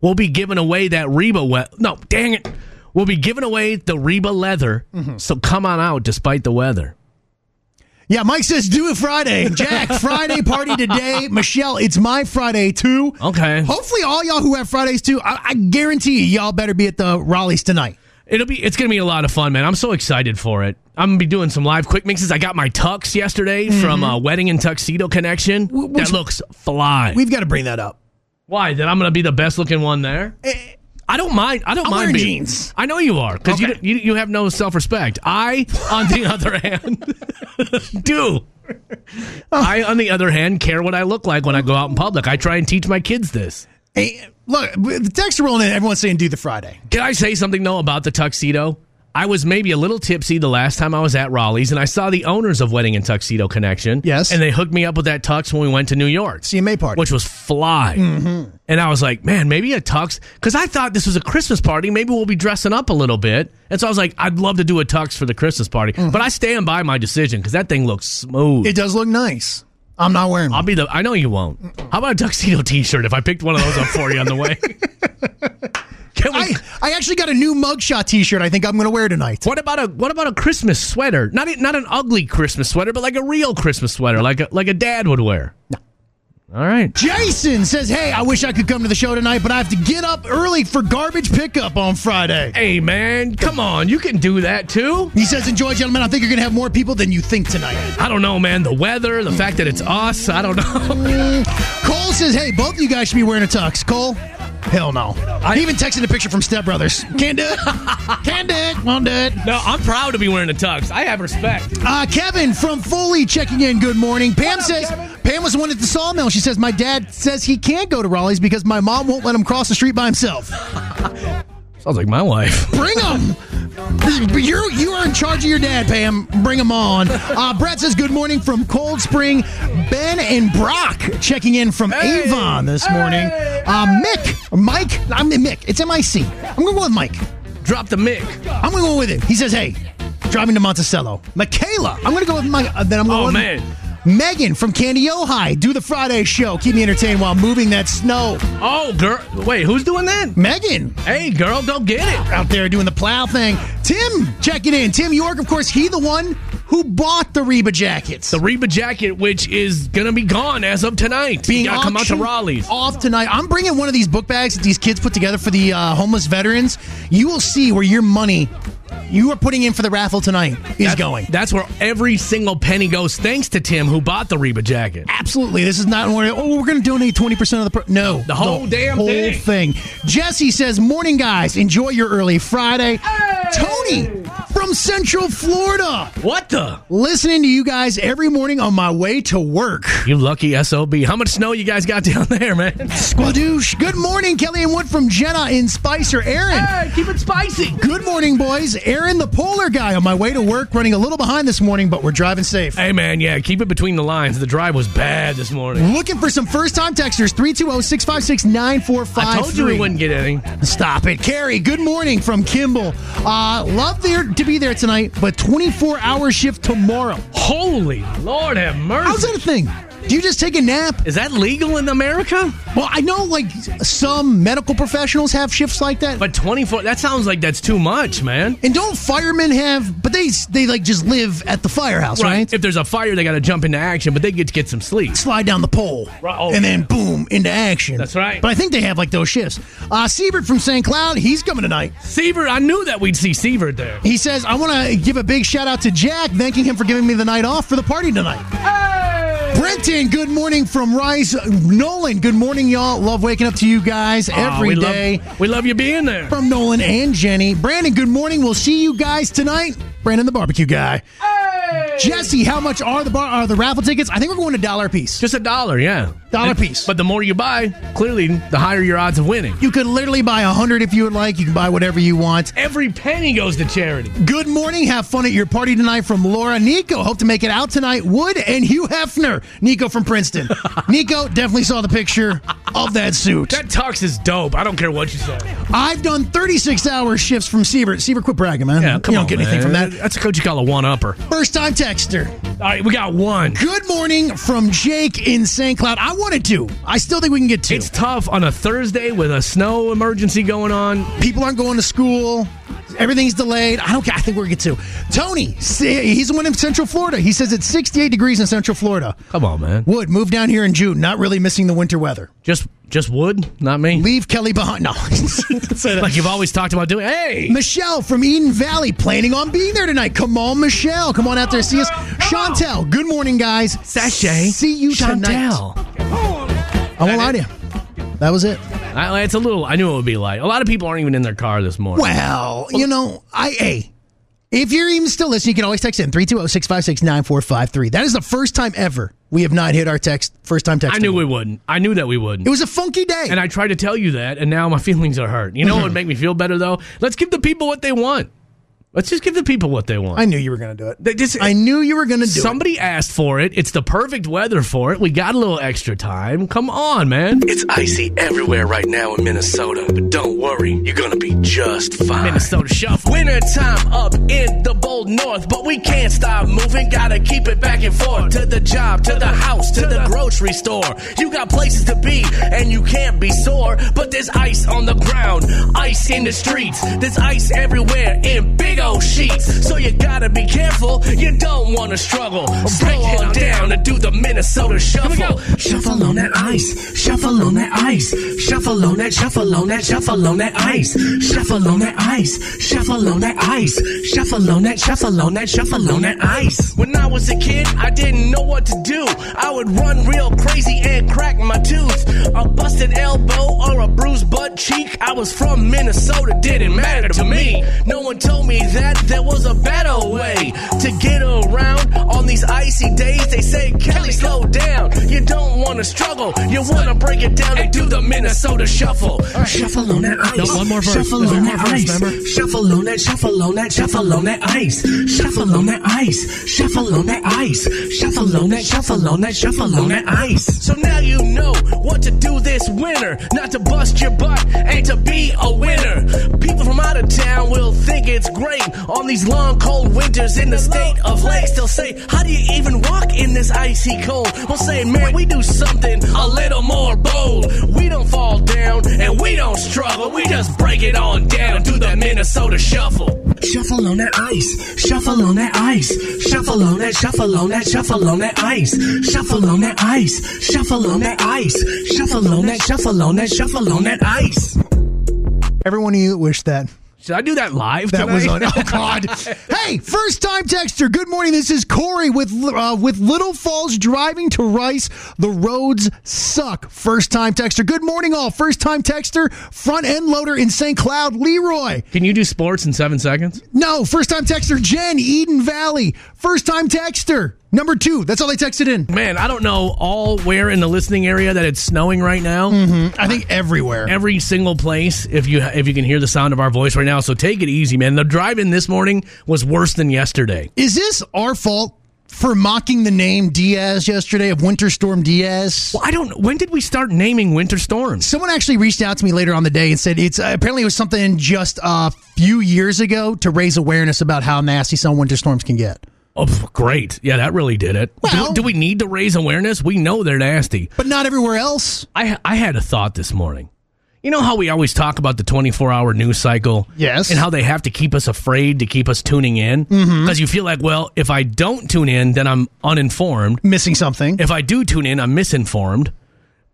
S1: We'll be giving away that Reba. We- no, dang it. We'll be giving away the Reba leather. So come on out, despite the weather.
S2: Yeah, Mike says do it Friday. (laughs) Jack, Friday party today. Michelle, it's my Friday too.
S1: Okay.
S2: Hopefully, all y'all who have Fridays too, I, I guarantee you, y'all better be at the Raleighs tonight.
S1: It'll be it's gonna be a lot of fun, man. I'm so excited for it. I'm gonna be doing some live quick mixes. I got my tux yesterday from uh, Wedding and Tuxedo Connection.
S2: Mm-hmm. which-
S1: that looks fly.
S2: We've got to bring that up. Eh,
S1: Why? That I'm gonna be the best looking one there? I don't mind. I don't
S2: I'm
S1: mind
S2: wearing
S1: being-
S2: jeans.
S1: I know you are because
S2: Okay.
S1: you, you you have no self respect. I, on the (laughs) other hand, do.
S2: Oh.
S1: I, on the other hand, care what I look like when I go out in public. I try and teach my kids this.
S2: Hey, eh, look, the texts are rolling in. Everyone's saying do the Friday.
S1: Can I say something though about the tuxedo? I was maybe a little tipsy the last time I was at Raleigh's, and I saw the owners of Wedding and Tuxedo Connection.
S2: Yes.
S1: and they hooked me up with that tux when we went to New York.
S2: CMA party. Mm-hmm.
S1: which was fly. And I was like, man, maybe a tux because I thought this was a Christmas party. Maybe we'll be dressing up a little bit. And so I was like, I'd love to do a tux for the Christmas party, but I stand by my decision because that thing looks smooth.
S2: Mm-hmm. It does look nice. I'm not wearing
S1: I'll
S2: one.
S1: be the. I know you won't. How about a tuxedo T-shirt? If I picked one of those up for you on the way,
S2: (laughs)
S1: can we?
S2: I, I actually got a new mugshot t shirt I think I'm going to wear tonight.
S1: What about a what about a Christmas sweater? Not a, not an ugly Christmas sweater, but like a real Christmas sweater, like a like a dad would wear. All right.
S2: Jason says, Hey, I wish I could come to the show tonight, but I have to get up early for garbage pickup on Friday.
S1: Hey man, come on, you can do that too.
S2: He says, Enjoy, gentlemen. I think you're going to have more people than you think tonight.
S1: I don't know, man. The weather, the fact that it's us, I don't know. (laughs)
S2: Cole says, "Hey, both of you guys should be wearing a tux." Cole, hell no. I even texted a picture from Step Brothers. Can't do it. (laughs) Can't do it. Won't do it.
S1: No, I'm proud to be wearing a tux. I have respect.
S2: Uh, Kevin from Foley checking in. Good morning. Pam says, "Pam was the one at the sawmill." She says, "My dad says he can't go to Raleigh's because my mom won't let him cross the street by himself."
S1: Sounds like my wife.
S2: Bring him. You're you are in charge of your dad, Pam. Bring him on. Uh, Brett says, "Good morning from Cold Spring." Ben and Brock checking in from Avon this morning. Uh, Mick, Mike, I'm Mick. It's M-I-C. I'm gonna go with Mike.
S1: Drop the mic.
S2: I'm gonna go with him. He says, "Hey, driving to Monticello." Michaela, I'm gonna go with Mike. Uh, then I'm going.
S1: Oh
S2: with
S1: man.
S2: Megan from Candy Ojai, do the Friday show. Keep me entertained while moving that snow.
S1: Oh girl, wait, who's doing that?
S2: Megan,
S1: Hey girl, go get it.
S2: out there doing the plow thing. Tim, check it in. Tim York, of course, he the one who bought the Reba jackets.
S1: The Reba jacket, which is gonna be gone as of tonight. you gotta come out to
S2: auctioned
S1: Raleigh's.
S2: off tonight. I'm bringing one of these book bags that these kids put together for the uh, homeless veterans. You will see where your money you are putting in for the raffle tonight is going.
S1: That's where every single penny goes. Thanks to Tim who bought the Reba jacket.
S2: Absolutely, this is not one. of- Oh, we're going to donate twenty percent of the pro- no,
S1: The whole damn
S2: whole
S1: thing.
S2: thing. Jesse says, "Morning, guys. Enjoy your early Friday." Tony from Central Florida,
S1: What the?
S2: listening to you guys every morning on my way to work.
S1: You lucky SOB. How much snow you guys got (laughs) down there, man?
S2: Squadoosh. Good morning, Kelly and Wood from Jenna in Spicer. Aaron.
S1: keep it spicy.
S2: Good morning, boys. Aaron, the polar guy, on my way to work, running a little behind this morning, but we're driving safe.
S1: Hey, man, yeah, keep it between the lines. The drive was bad this morning.
S2: Looking for some first time texters, oh, 320 656 9453.
S1: I told you we wouldn't get any.
S2: Stop it. Carrie, good morning from Kimball. Uh, love there to be there tonight, but 24 hour shift tomorrow.
S1: Holy Lord have
S2: How's
S1: mercy.
S2: that a thing? Do you just take a nap?
S1: Is that legal in America?
S2: Well, I know like some medical professionals have shifts like that.
S1: But 24, that sounds like that's too much, man.
S2: and don't firemen have? But they they like just live at the firehouse, right?
S1: If there's a fire, they got to jump into action, but they get to get some sleep.
S2: slide down the pole,
S1: Right, oh,
S2: and then boom into action.
S1: That's right.
S2: But I think they have like those shifts. Uh, Siebert from St. Cloud, he's coming tonight.
S1: Sievert, I knew that we'd see Sievert there.
S2: He says, "I want to give a big shout out to Jack, thanking him for giving me the night off for the party tonight." Brenton, good morning from Rice. Nolan, good morning, y'all. Love waking up to you guys
S1: Aw,
S2: every
S1: Ah, we love-
S2: day.
S1: we love you being there.
S2: From Nolan and Jenny. Brandon, good morning. We'll see you guys tonight. Brandon, the barbecue guy. Jesse, how much are the bar are the raffle tickets? I think we're going a dollar a piece.
S1: Just a dollar, yeah.
S2: Dollar
S1: And-
S2: piece.
S1: But the more you buy, clearly, the higher your odds of winning.
S2: You could literally buy a hundred if you would like. You can buy whatever you want.
S1: Every penny goes to charity.
S2: Good morning. Have fun at your party tonight from Laura Nico. Hope to make it out tonight. Wood and Hugh Hefner. Nico
S1: (laughs)
S2: from Princeton. Nico definitely saw the picture of that suit.
S1: That tux is dope. I don't care what you say.
S2: I've done 36 hour shifts from Siebert. Siebert, quit bragging, man.
S1: Yeah, come
S2: you don't
S1: on,
S2: get
S1: man.
S2: anything from that.
S1: That's what you call a one upper.
S2: First time texter.
S1: All right, we got one.
S2: Good morning from Jake in St. Cloud. I wanted to. I still think we can get two.
S1: It's tough on a Thursday with a snow emergency going on.
S2: People aren't going to school. Everything's delayed. I don't care. I think we're going to get to. Tony, see- he's the one in Central Florida. He says it's 68 degrees in Central Florida.
S1: Come on, man.
S2: Would move down here in June, not really missing the winter weather.
S1: Just just wood, not me.
S2: Leave Kelly behind. No. (laughs) Say that.
S1: Like you've always talked about doing. Hey,
S2: Michelle from Eden Valley planning on being there tonight. Come on, Michelle. Come on out there. See us. Chantel, good morning, guys.
S1: Sashay.
S2: See you tonight.
S1: Chantel.
S2: I won't lie to you. That was it.
S1: I, it's a little. I knew it would be light. A lot of people aren't even in their car this morning.
S2: Well, you know, I hey, if you're even still listening, you can always text in 320-656-9453. That is the first time ever we have not hit our text first time text.
S1: I knew we wouldn't. I knew that we wouldn't.
S2: It was a funky day.
S1: and I tried to tell you that, and now my (laughs) feelings are hurt. You know what would make me feel better though? Let's give the people what they want. Let's just give the people what they want.
S2: I knew you were going to do it.
S1: They just-
S2: I knew you were going to do it.
S1: Somebody asked for it. It's the perfect weather for it. We got a little extra time. Come on, man.
S9: It's icy everywhere right now in Minnesota, but don't worry, you're gonna be just fine.
S1: Minnesota Shuffle.
S9: Winter time up in the bold north, but we can't stop moving. Gotta keep it back and forth to the job, to the house, to the grocery store. You got places to be, and you can't be sore. But there's ice on the ground, ice in the streets, there's ice everywhere in big old sheets. So you gotta be careful. You don't wanna struggle. Slow on down and do the Minnesota Shuffle. Shuffle on that ice, shuffle on that ice, shuffle on that, shuffle on that, shuffle on that ice, shuffle on that ice, shuffle on that ice, shuffle on that, shuffle on that, shuffle on that ice. When I was a kid, I didn't know what to do. I would run real crazy and crack my tooth. A busted elbow or a bruised butt cheek. I was from Minnesota, didn't matter to me. No one told me that there was a better way to get around on these icy days. They say, Kelly, slow down. You don't want to struggle. You want to break it down and do the Minnesota shuffle. Shuffle on that ice.
S1: No, one more verse.
S9: Shuffle
S1: There's
S9: on
S1: one
S9: that
S1: more verse,
S9: ice.
S1: remember?
S9: Shuffle on that, shuffle on that, shuffle on that ice. Shuffle on that ice. Shuffle on that ice. Shuffle on that, shuffle on that, shuffle on that ice. So now you know what to do this winter. Not to bust your butt and to be a winner. People from out of town will think it's great on these long, cold winters in the state of lakes. They'll say, How do you even walk in this icy cold? We'll say, Man, we do something a little more bold. We don't fall down and we don't struggle. We just break it on down to the Minnesota shuffle. Shuffle on that ice, shuffle on that ice, shuffle on that, shuffle on that, shuffle on that ice, shuffle on that ice, shuffle on that ice, shuffle on that, shuffle on that, shuffle on that ice.
S2: Every one of you
S1: (laughs)
S2: wished that.
S1: Should I do that live?
S2: That was on.
S1: tonight?
S2: Oh
S9: (laughs)
S2: God! hey, first time texter. Good morning. This is Corey with uh, with Little Falls driving to Rice. The roads suck. First time texter. Good morning, all. First time texter. Front end loader in St. Cloud, Leroy.
S1: Can you do sports in seven seconds?
S2: No, first time texter. Jen, Eden Valley. First time texter. Number two. That's all they texted in.
S1: Man, I don't know all where in the listening area that it's snowing right now.
S2: I think everywhere.
S1: every single place if you if you can hear the sound of our voice right now so take it easy man the drive in this morning was worse than yesterday
S2: Is this our fault for mocking the name Diaz yesterday of Winter Storm Diaz?
S1: i don't when did we start naming winter storms
S2: Someone actually reached out to me later on the day and said it's uh, apparently it was something just a few years ago to raise awareness about how nasty some winter storms can get.
S1: oh pff, great yeah that really did it Do-
S2: Well-
S1: do, we need to raise awareness we know they're nasty
S2: But not everywhere else.
S1: i i had a thought this morning you know how we always talk about the 24 hour news cycle
S2: Yes.
S1: and how they have to keep us afraid to keep us tuning in because you feel like well if i don't tune in then i'm uninformed
S2: Missing something.
S1: if I do tune in, I'm misinformed.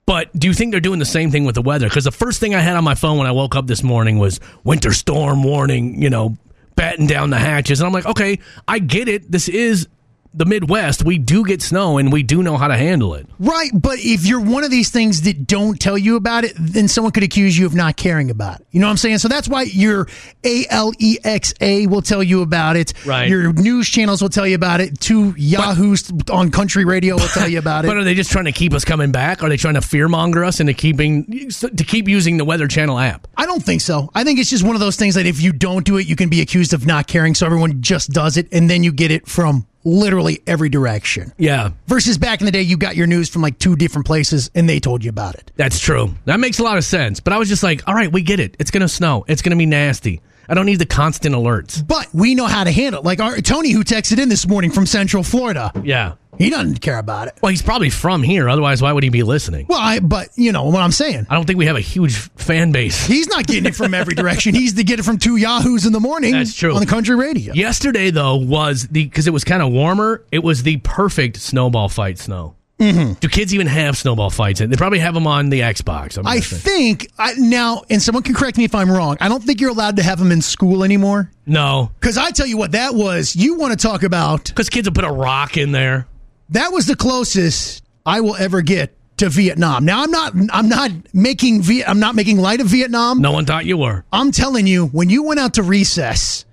S1: But do you think they're doing the same thing with the weather? Because the first thing I had on my phone when I woke up this morning was winter storm warning, you know, batten down the hatches. And I'm like, okay, I get it. This is the Midwest. We do get snow and we do know how to handle it.
S2: Right, but if you're one of these things that don't tell you about it, then someone could accuse you of not caring about it. You know what I'm saying? So that's why your ALEXA will tell you about it.
S1: Right.
S2: Your news channels will tell you about it. Two Yahoo's on country radio
S1: (laughs)
S2: will tell you about
S1: But
S2: it.
S1: are they just trying to keep us coming back? Are they trying to fearmonger us into keeping to keep using the Weather Channel app?
S2: I don't think so. I think it's just one of those things that if you don't do it, you can be accused of not caring. So everyone just does it, and then you get it from literally every direction.
S1: Yeah,
S2: Versus back in the day, you got your news from like two different places, and they told you about it.
S1: That's true. That makes a lot of sense. But I was just like, all right, we get it. It's going to snow. It's going to be nasty. I don't need the constant alerts.
S2: But we know how to handle it. Like our, Tony, who texted in this morning from Central Florida.
S1: Yeah.
S2: He doesn't care about it.
S1: Well, he's probably from here. Otherwise, why would he be listening?
S2: Well, I, but you know what I'm saying.
S1: I don't think we have a huge fan base.
S2: He's not getting it from every direction. He's to get it from two yahoos in the morning.
S1: That's true.
S2: On the country radio.
S1: Yesterday, though, was the because it was kind of warmer. It was the perfect snowball fight snow. Mm-hmm. Do kids even have snowball fights? They probably have them on the Xbox. I'm
S2: I
S1: guessing.
S2: think I, now, and someone can correct me if I'm wrong. I don't think you're allowed to have them in school anymore.
S1: no,
S2: Because I tell you what, that was. You want to talk about?
S1: because kids will put a rock in there.
S2: That was the closest I will ever get to Vietnam. Now I'm not. I'm not making. Viet, I'm not making light of Vietnam.
S1: No one thought you were.
S2: I'm telling you, when you went out to recess,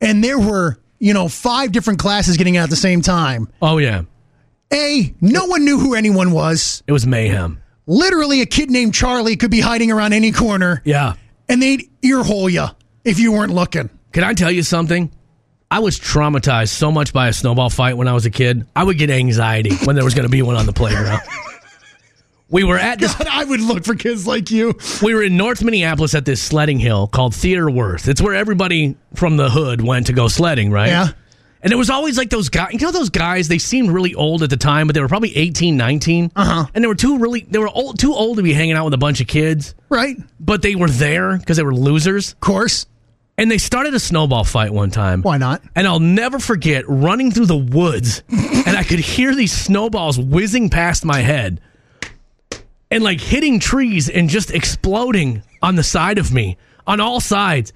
S2: and there were you know five different classes getting out at the same time.
S1: Oh yeah,
S2: A, no one knew who anyone was.
S1: it was mayhem.
S2: Literally, a kid named Charlie could be hiding around any corner,
S1: Yeah.
S2: and they'd earhole you if you weren't looking.
S1: Can I tell you something? I was traumatized so much by a snowball fight when I was a kid. I would get anxiety when there was going to be one on the playground. We were at this
S2: God, I would look for kids like you.
S1: we were in North Minneapolis at this sledding hill called Theater Worth. It's where everybody from the hood went to go sledding, right?
S2: Yeah.
S1: And there was always like those guys, you know those guys, they seemed really old at the time, but they were probably 18, 19.
S2: Uh-huh.
S1: And they were too really they were old, too old to be hanging out with a bunch of kids,
S2: Right? Of
S1: but they were there cuz they were losers.
S2: course.
S1: And they started a snowball fight one time.
S2: Why not?
S1: And I'll never forget running through the woods, and I could hear these snowballs whizzing past my head and like hitting trees and just exploding on the side of me on all sides.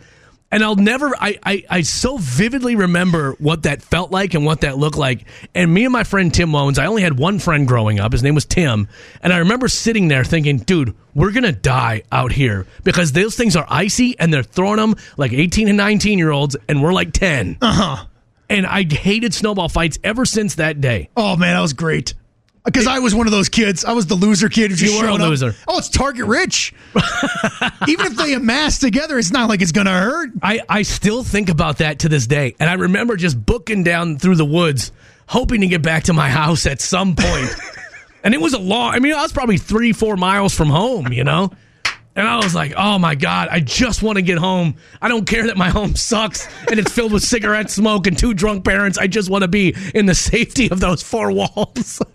S1: And I'll never, I, I, I so vividly remember what that felt like and what that looked like. And me and my friend Tim Loans, I only had one friend growing up. His name was Tim. And I remember sitting there thinking, dude, we're going to die out here because those things are icy and they're throwing them like 18 and 19 year olds, and we're like 10. Uh huh. And I hated snowball fights ever since that day.
S2: Oh man, that was great. Because I was one of those kids. I was the loser kid. Who just
S1: You were a
S2: showed up.
S1: loser.
S2: Oh, it's target rich. (laughs) Even if they amass together, it's not like it's gonna hurt.
S1: I, I still think about that to this day. And I remember just booking down through the woods, hoping to get back to my house at some point. and it was a long, I mean, I was probably three, four miles from home, you know? And I was like, oh my God, I just want to get home. I don't care that my home sucks and it's filled with cigarette smoke and two drunk parents. I just want to be in the safety of those four walls. (laughs)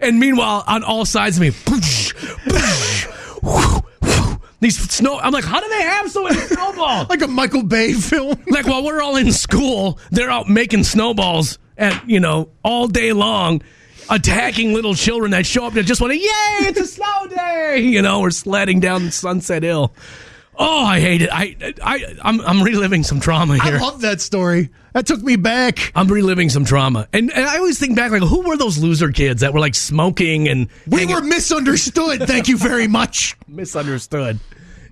S1: and meanwhile, on all sides of me, poosh, poosh, whoo, whoo, these snow, I'm like, how do they have so many snowballs?
S2: Like a Michael Bay (laughs) film.
S1: like while we're all in school, they're out making snowballs at you know all day long, attacking little children that show up that just want to yay, it's a snow day, (laughs) you know, or sledding down Sunset Hill. Oh, I hate it. I I I'm I'm reliving some trauma
S2: I
S1: here.
S2: love that story. That took me back.
S1: I'm reliving some trauma, and and I always think back like, who were those loser kids that were like smoking and
S2: We
S1: hanging-
S2: were misunderstood. Thank you
S1: (laughs)
S2: very much.
S1: misunderstood.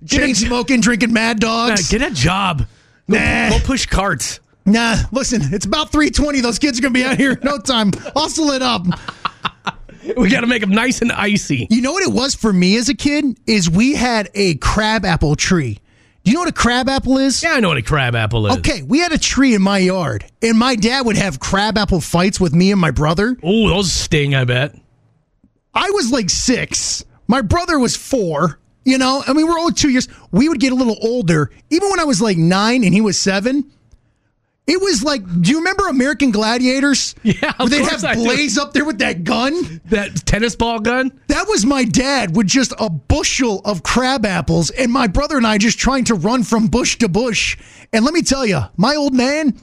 S2: Chain smoking, drinking Mad
S1: Uh,
S2: Dogs.
S1: get a job. Go,
S2: Nah.
S1: go push carts.
S2: Nah, listen, it's about three twenty. Those kids are gonna be out here in no time. Hustle it up.
S1: We got to make them nice and icy.
S2: You know what it was for me as a kid is we had a crab apple tree. Do you know what a crab apple is?
S1: Yeah, I know what a crab apple is.
S2: Okay, we had a tree in my yard, and my dad would have crabapple fights with me and my brother.
S1: Oh, those sting. I bet.
S2: I was like six, my brother was four, you know, and we were only two years. We would get a little older, even when I was like nine and he was seven. It was like, do you remember American Gladiators?
S1: (laughs) Yeah, of
S2: Where they'd
S1: course I
S2: have
S1: do.
S2: Blaze up there with that gun.
S1: That tennis ball gun?
S2: That was my dad with just a bushel of crab apples, and my brother and I just trying to run from bush to bush. And let me tell you, my old man,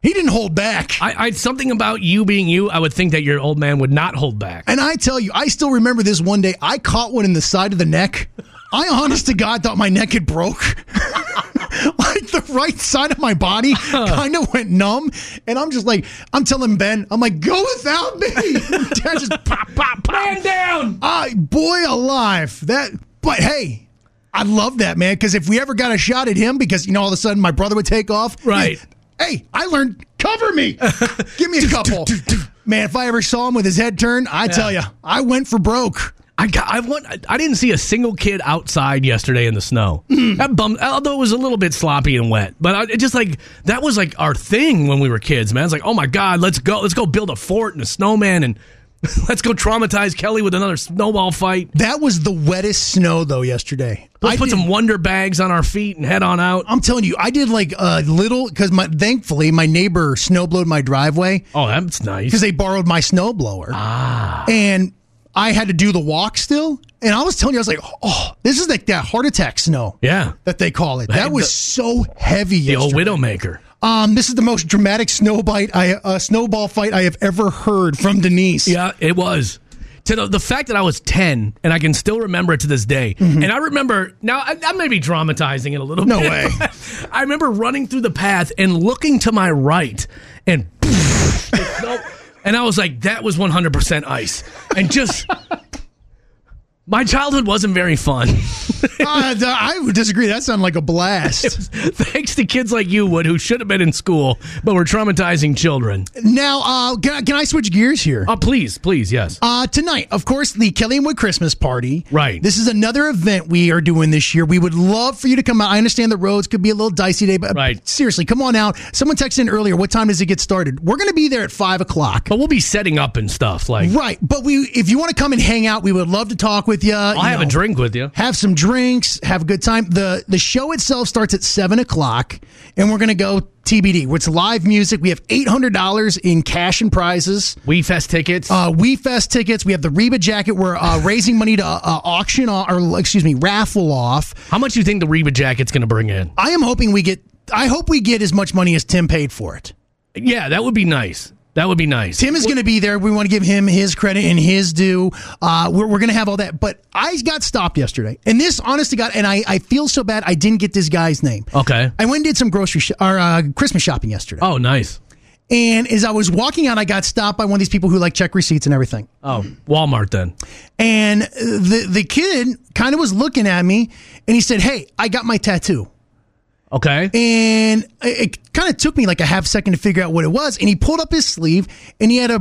S2: he didn't hold back.
S1: I, I something about you being you. I would think that your old man would not hold back.
S2: And I tell you, I still remember this one day. I caught one in the side of the neck. I honest to God thought my neck had broke. (laughs) like the right side of my body kind of went numb. And I'm just like, I'm telling Ben, I'm like, go without me. (laughs) Dad just pop, pop, pop.
S1: Man down.
S2: I, boy alive. That, but hey, I love that, man. Because if we ever got a shot at him, because, you know, all of a sudden my brother would take off.
S1: Right.
S2: Hey, I learned
S1: (laughs)
S2: cover me. Give me a couple. Man, if I ever saw him with his head turned, I tell you, I went for broke.
S1: I got, I want. I didn't see a single kid outside yesterday in the snow. That bummed. Although it was a little bit sloppy and wet, but I, it just like that was like our thing when we were kids, man. It's like, oh my god, let's go, let's go build a fort and (laughs) a snowman, and Let's go traumatize Kelly with another snowball fight.
S2: That was the wettest snow though yesterday.
S1: Let's
S2: I
S1: put
S2: did-
S1: some wonder bags on our feet and head on out.
S2: I'm telling you, I did like a little because my thankfully my neighbor snowblowed my driveway
S1: Oh, that's
S2: because
S1: nice.
S2: they borrowed my snowblower. Ah. And I had to do the walk still. And I was telling you, I was like, oh, this is like that heart attack snow
S1: Yeah.
S2: that they call it. That was so heavy
S1: The old
S2: yesterday.
S1: Widowmaker.
S2: Um, this is the most dramatic snow bite I uh, snowball fight I have ever heard from Denise.
S1: Yeah, it was. To the, the fact that I was 10 and I can still remember it to this day. And I remember, now I, I may be dramatizing it a little
S2: Mm-hmm. No
S1: bit.
S2: way.
S1: (laughs) I remember running through the path and looking to my right and. (laughs) Nope. And I was like, that was 100% ice. And just. (laughs) My childhood wasn't very fun.
S2: (laughs)
S1: (laughs)
S2: Uh, I would disagree. That sounded like
S1: (laughs)
S2: a blast.
S1: Thanks to kids like you, Wood, who should have been in school, but were traumatizing children.
S2: Now, uh, can, I- can I switch gears here?
S1: Oh, please, please, yes.
S2: Uh, tonight, of course, the Kelly and Wood Christmas party.
S1: Right.
S2: This is another event we are doing this year. We would love for you to come out. I understand the roads could be a little dicey today, but
S1: Right.
S2: seriously, come on out. Someone texted in earlier. What time does it get started? We're going to be there at five o'clock.
S1: But we'll be setting up and stuff. Like,
S2: Right. But we, if you want to come and hang out, we would love to talk with you.
S1: I'll have a drink with you.
S2: have some drinks, have a good time. The the show itself starts at seven o'clock, and we're gonna go TBD. It's live music. We have eight hundred dollars in cash and prizes.
S1: We Fest tickets.
S2: Uh, we Fest tickets. We have the Reba jacket. We're uh, raising money to uh, auction off, or excuse me, raffle off.
S1: How much do you think the Reba jacket's going to bring in?
S2: I am hoping we get. I hope we get as much money as Tim paid for it.
S1: Yeah, that would be nice. That would be nice.
S2: Tim is going to be there. We want to give him his credit and his due. Uh, we're we're going to have all that. But I got stopped yesterday, and this, honest to God, and I, I feel so bad. I didn't get this guy's name.
S1: Okay.
S2: I went and did some grocery sh- or uh, Christmas shopping yesterday.
S1: Oh, nice.
S2: And as I was walking out, I got stopped by one of these people who like check receipts and everything.
S1: Oh, Walmart then.
S2: And uh, the the kid kind of was looking at me, and he said, "Hey, I got my tattoo."
S1: Okay.
S2: And it, it kind of took me like a half second to figure out what it was. And he pulled up his sleeve, and he had a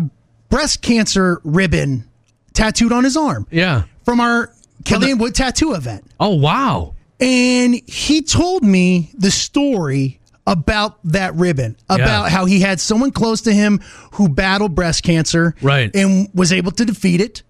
S2: breast cancer ribbon tattooed on his arm
S1: Yeah.
S2: from our Kelly and Wood tattoo event.
S1: Oh, wow.
S2: And he told me the story about that ribbon, about how he had someone close to him who battled breast cancer
S1: Right.
S2: and was able to defeat it,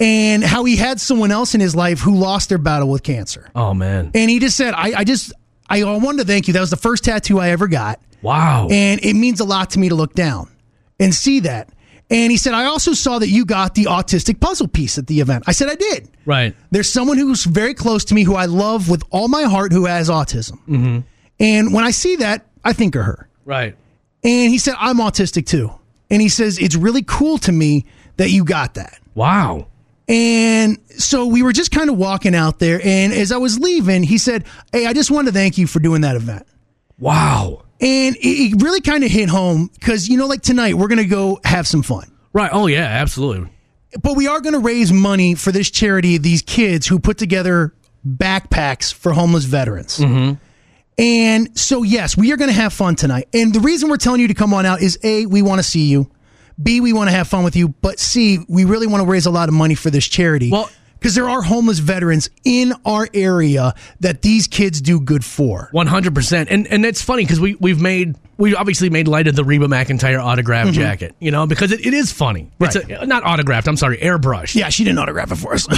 S2: and how he had someone else in his life who lost their battle with cancer.
S1: Oh, man.
S2: And he just said, I, I just, I wanted to thank you. That was the first tattoo I ever got.
S1: Wow.
S2: And it means a lot to me to look down and see that. And he said, I also saw that you got the autistic puzzle piece at the event. I said, I did.
S1: Right.
S2: There's someone who's very close to me who I love with all my heart who has autism. And when I see that, I think of her.
S1: Right.
S2: And he said, I'm autistic too. And he says, It's really cool to me that you got that.
S1: Wow.
S2: And so we were just kind of walking out there. And as I was leaving, he said, Hey, I just wanted to thank you for doing that event.
S1: Wow.
S2: And it it really kind of hit home because, you know, like tonight, we're going to go have some fun.
S1: Right. Oh, yeah, absolutely.
S2: But we are going to raise money for this charity, these kids who put together backpacks for homeless veterans. And so, yes, we are going to have fun tonight. And the reason we're telling you to come on out is A, we want to see you. B, we want to have fun with you. But C, we really want to raise a lot of money for this charity.
S1: Well-
S2: because there are homeless veterans in our area that these kids do good for.
S1: One hundred percent, and and that's funny because we we've made we obviously made light of the Reba McIntyre autograph jacket, you know, because it, it is funny. It's a, not autographed. I'm sorry, airbrushed.
S2: Yeah, she didn't autograph it for us.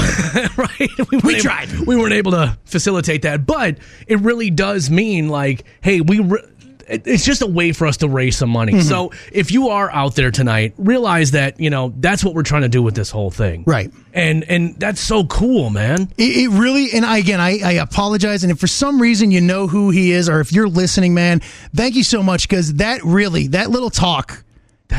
S1: (laughs)
S2: (laughs)
S1: right? We, weren't able-
S2: tried.
S1: we weren't able to facilitate that, but it really does mean like, hey, we. Re- it- it's just a way for us to raise some money.
S2: Mm-hmm.
S1: So if you are out there tonight, realize that you know that's what we're trying to do with this whole thing,
S2: Right.
S1: And and that's so cool, man.
S2: It, it really, and I, again, I, I apologize. And if for some reason you know who he is, or if you're listening, man, thank you so much because that really, that little talk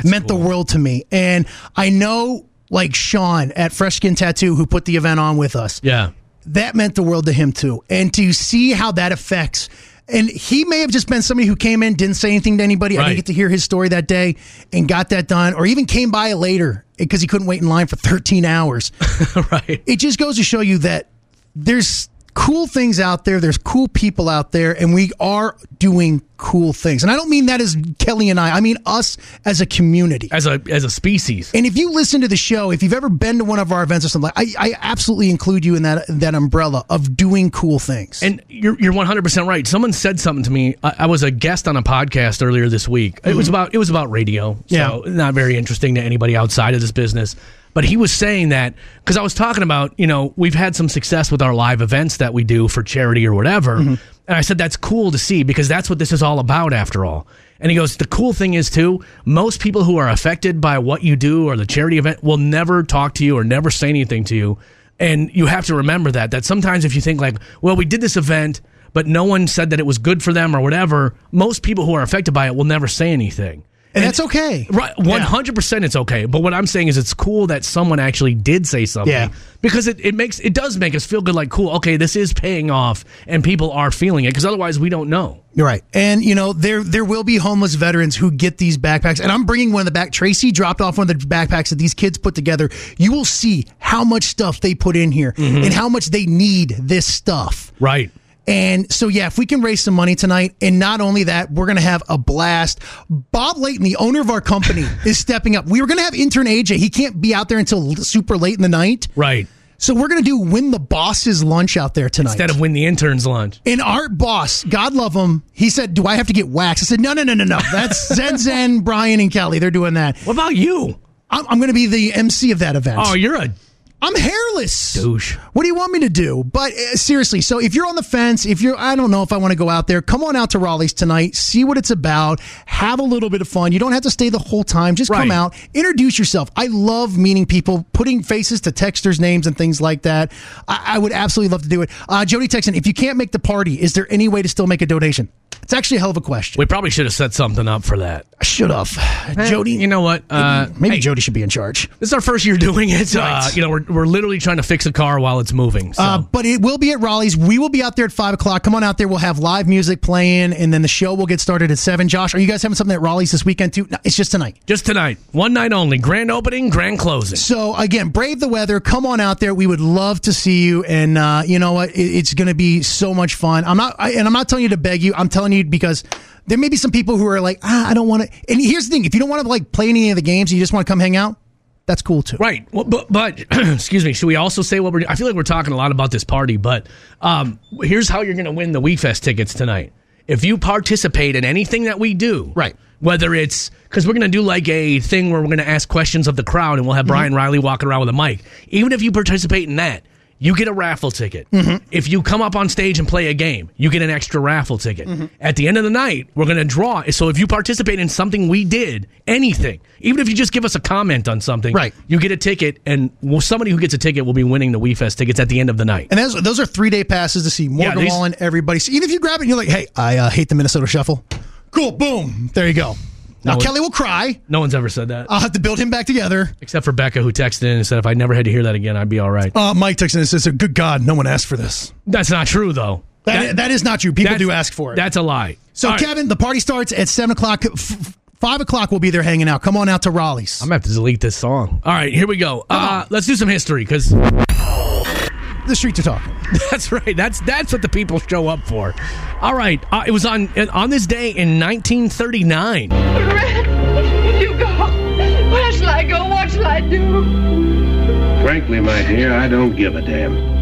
S2: meant the world to me. And I know, like Sean at Fresh Skin Tattoo, who put the event on with us,
S1: Yeah,
S2: that meant the world to him too. And to see how that affects, and he may have just been somebody who came in, didn't say anything to anybody. I
S1: Right.
S2: didn't get to hear his story that day and got that done, or even came by later because he couldn't wait in line for 13 hours
S1: (laughs) right.
S2: it just goes to show you that there's cool things out there there's cool people out there and we are doing cool things and i don't mean that as kelly and i i mean us as a community
S1: As a as a species,
S2: and if you listen to the show if you've ever been to one of our events or something i, I absolutely include you in that that umbrella of doing cool things
S1: And you're you're 100 percent right. Someone said something to me. I, I was a guest on a podcast earlier this week. It was about it was about radio. So
S2: Mm-hmm. Yeah.
S1: not very interesting to anybody outside of this business. But he was saying that because I was talking about, you know, we've had some success with our live events that we do for charity or whatever. And I said, that's cool to see because that's what this is all about after all. And he goes, the cool thing is, too, most people who are affected by what you do or the charity event will never talk to you or never say anything to you. And you have to remember that, that sometimes if you think, like, well, we did this event, but no one said that it was good for them or whatever, most people who are affected by it will never say anything.
S2: And that's okay.
S1: Right, one hundred percent, it's okay. But what I'm saying is, it's cool that someone actually did say something.
S2: Yeah.
S1: because it, it makes it does make us feel good. Like, cool, okay, this is paying off, and people are feeling it. Because otherwise, we don't know.
S2: You're right. And you know, there there will be homeless veterans who get these backpacks. And I'm bringing one of the back Tracy dropped off one of the backpacks that these kids put together. You will see how much stuff they put in here and how much they need this stuff.
S1: Mm-hmm. Right.
S2: And so, yeah, if we can raise some money tonight, and not only that, we're going to have a blast. Bob Layton, the owner of
S1: (laughs)
S2: our company, is stepping up. We were going to have intern AJ. He can't be out there until l- super late in the night.
S1: Right.
S2: So we're going to do win the boss's lunch out there tonight.
S1: Instead of when the interns lunch.
S2: And Art Boss, God love him, he said, Do I have to get waxed? I said, No, no, no, no, no. That's Zen Zen, Brian, and Kelly. They're doing that.
S1: What about you?
S2: I'm, I'm going to be the MC of that event.
S1: Oh, you're a
S2: I'm hairless.
S1: douche.
S2: What do you want me to do? But uh, seriously, so if you're on the fence, if you're, I don't know if I want to go out there, come on out to Raleigh's tonight, see what it's about, have a little bit of fun. You don't have to stay the whole time. Just come
S1: Right.
S2: out, introduce yourself. I love meeting people, putting faces to texters' names and things like that. I, I would absolutely love to do it. Uh, Jody Texan, if you can't make the party, is there any way to still make a donation? It's actually a hell of a question.
S1: We probably should have set something up for that.
S2: I should have. Jody,
S1: you know what? Uh,
S2: maybe Jody should be in charge.
S1: this is our first year doing it. Uh,
S2: Right.
S1: you know, we're, we're literally trying to fix a car while it's moving. So.
S2: Uh, but it will be at Raleigh's. We will be out there at five o'clock. Come on out there. We'll have live music playing, and then the show will get started at seven. Josh, are you guys having something at Raleigh's this weekend too? No, it's just tonight.
S1: Just tonight, one night only. Grand opening, grand closing.
S2: So again, brave the weather. Come on out there. We would love to see you. And uh, you know what? It, it's going to be so much fun. I'm not, I, and I'm not telling you to beg you. I'm telling you because there may be some people who are like, ah, I don't want to. And here's the thing: if you don't want to like play any of the games, you just want to come hang out. That's cool too.
S1: Right. Well, but, but (clears throat) excuse me. Should we also say what we're? I feel like we're talking a lot about this party, but um, here's how you're going to win the Weekfest tickets tonight. If you participate in anything that we do,
S2: Right.
S1: Whether it's because we're going to do like a thing where we're going to ask questions of the crowd, and we'll have Brian Riley walking around with a mic. Even if you participate in that, you get a raffle ticket. If you come up on stage and play a game, you get an extra raffle ticket. At the end of the night, we're going to draw. So if you participate in something we did, anything, even if you just give us a comment on something,
S2: Right.
S1: you get a ticket, and well, somebody who gets a ticket will be winning the WeFest tickets at the end of the night.
S2: And those, those are three day passes to see Morgan
S1: these-
S2: Wallen, everybody. So even if you grab it and you're like, hey, I uh, hate the Minnesota Shuffle. Cool, boom. There you go. Now
S1: No, it-
S2: Kelly will cry.
S1: No one's ever said that,
S2: I'll have to build him back together.
S1: except for Becca, who texted in and said, "If I never had to hear that again, I'd be all right."
S2: Uh, Mike texts in and says, good God, no one asked for this.
S1: That's not true, though.
S2: That,
S1: That-
S2: that is not true. People
S1: that's-
S2: do ask for it.
S1: That's a lie.
S2: so,
S1: All right.
S2: Kevin, the party starts at 7 o'clock. F- f- 5 o'clock, we'll be there hanging out. Come on out to Raleigh's.
S1: I'm gonna have to delete this song. All right, here we go. Uh, let's do some history because
S2: the street to talk.
S1: (laughs) that's right. That's that's what the people show up for. All right, uh, it was on on this day in 1939.
S10: Hugo, where shall I go? What shall I do?
S7: Frankly, my dear, I don't give a damn.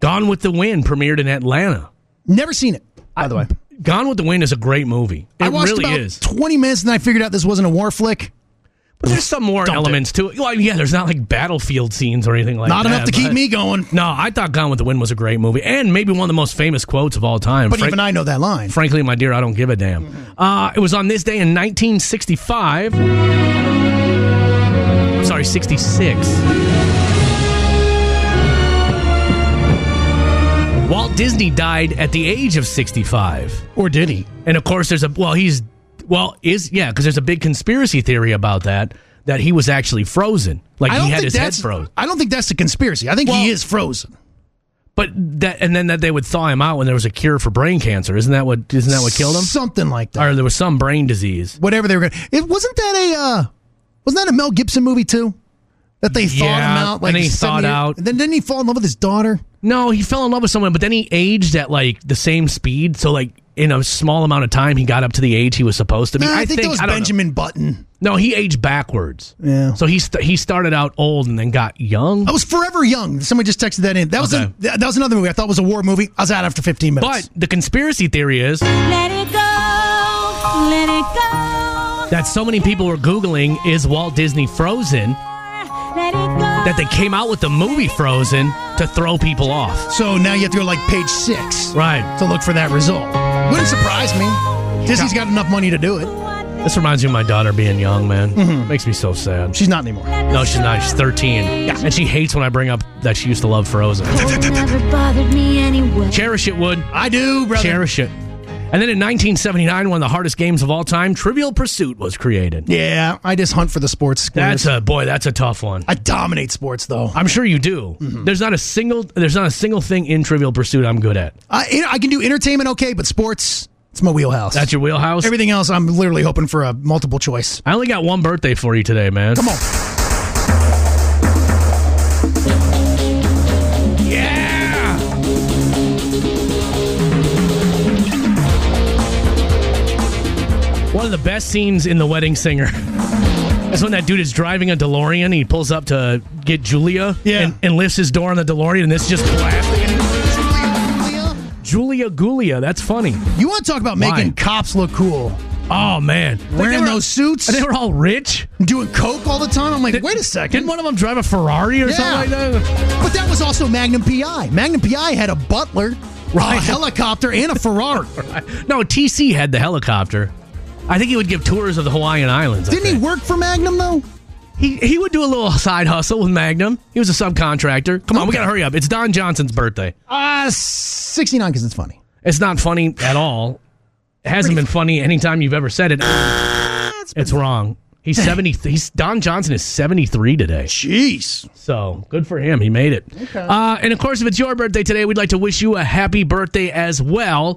S1: Gone with the Wind premiered in Atlanta.
S2: Never seen it, by the way.
S1: Gone with the Wind is a great movie. It
S2: I watched
S1: really
S2: about
S1: is.
S2: 20 minutes and I figured out this wasn't a war flick.
S1: But there's some more
S2: Dumped it.
S1: elements to it. Well, yeah, there's not like battlefield scenes or anything like
S2: Not
S1: that.
S2: enough to keep
S1: but-
S2: me going.
S1: No, I thought Gone with the Wind was a great movie and maybe one of the most famous quotes of all time.
S2: But
S1: Frank-
S2: even I know that line.
S1: Frankly, my dear, I don't give a damn.
S2: Mm-hmm.
S1: Uh, it was on this day in 1965. I'm sorry, 66. Walt Disney died at the age of 65.
S2: Or did he?
S1: And of course, there's a well, he's well is yeah, because there's a big conspiracy theory about that that he was actually frozen, like he had his head
S2: that's
S1: frozen.
S2: I don't think that's a conspiracy. I think
S1: Well-
S2: he is frozen.
S1: But that and then that they would thaw him out when there was a cure for brain cancer. Isn't that what? Isn't that what killed him?
S2: Something like that.
S1: Or there was some brain disease.
S2: Whatever they were going. to It wasn't that a uh, wasn't that a Mel Gibson movie too? That they thawed him
S1: Yeah,
S2: out like
S1: and he
S2: 70
S1: thawed out.
S2: And then didn't he fall in love with his daughter?
S1: No, he fell in love with someone, but then he aged at like the same speed. So like in a small amount of time, he got up to the age he was supposed to be.
S2: Nah, I, think, that was
S1: I don't know.
S2: Benjamin Button.
S1: No, he aged backwards.
S2: Yeah. Oh,
S1: So he st- he started out old and then got young.
S2: I was forever young. Somebody just texted that in. That was
S1: Okay.
S2: a, that was another movie I thought was a war movie. I was out after 15 minutes.
S1: But the conspiracy theory is
S10: Let it go, let it go,
S1: that so many people were googling is Walt Disney frozen
S10: let it
S1: that they came out with the movie Frozen to throw people off.
S2: So now you have to go like page six
S1: Right.
S2: to look for that result. Wouldn't surprise me. Disney's got enough money to do it.
S1: This reminds me of my daughter being young, man.
S2: Mm-hmm.
S1: Makes me so sad.
S2: She's not anymore.
S1: No, she's not. She's 13. And she hates when I bring up that she used to love
S2: (laughs)
S1: Frozen.
S11: Never bothered me anyway.
S1: Cherish it, Wood.
S2: I do, brother.
S1: Cherish it. And then in 1979, one of the hardest games of all time, Trivial Pursuit, was created.
S2: Yeah, I just hunt for the sports squares.
S1: That's a boy. That's a tough one.
S2: I dominate sports though.
S1: I'm sure you do. There's not a single. There's not a single thing in Trivial Pursuit I'm good at.
S2: I, I can do entertainment okay, but sports, it's my wheelhouse.
S1: That's your wheelhouse.
S2: Everything else, I'm literally hoping for a multiple choice.
S1: I only got one birthday for you today, man.
S2: Come on.
S1: Yeah. One of the best scenes in The Wedding Singer (laughs) is when that dude is driving a DeLorean. He pulls up to get Julia
S2: Yeah.
S1: and, and lifts his door on the DeLorean, and this just blasting. Julia Gulia, that's funny.
S2: You want to talk about
S1: Why?
S2: making cops look cool?
S1: Oh man, Like, they
S2: Wearing
S1: were-
S2: those suits,
S1: and (laughs) they were all rich.
S2: doing coke all the time. I'm like, wait a second.
S1: Didn't one of them drive a Ferrari or
S2: Yeah.
S1: something like that?
S2: But that was also Magnum PI. Magnum PI had a butler, a
S1: Right.
S2: helicopter,
S1: (laughs)
S2: and a Ferrari.
S1: No, TC had the helicopter. I think he would give tours of the Hawaiian Islands. I
S2: Didn't he
S1: think.
S2: work for Magnum though?
S1: He he would do a little side hustle with Magnum. He was a subcontractor. Come on, we gotta hurry up. It's Don Johnson's birthday.
S2: Uh, 69 because it's funny.
S1: It's not funny at all. It hasn't been funny anytime you've ever said it. It's wrong. He's
S2: (laughs)
S1: seventy. He's Don Johnson is seventy three today.
S2: Jeez.
S1: So good for him. He made it. Uh, and of course, if it's your birthday today, we'd like to wish you a happy birthday as well.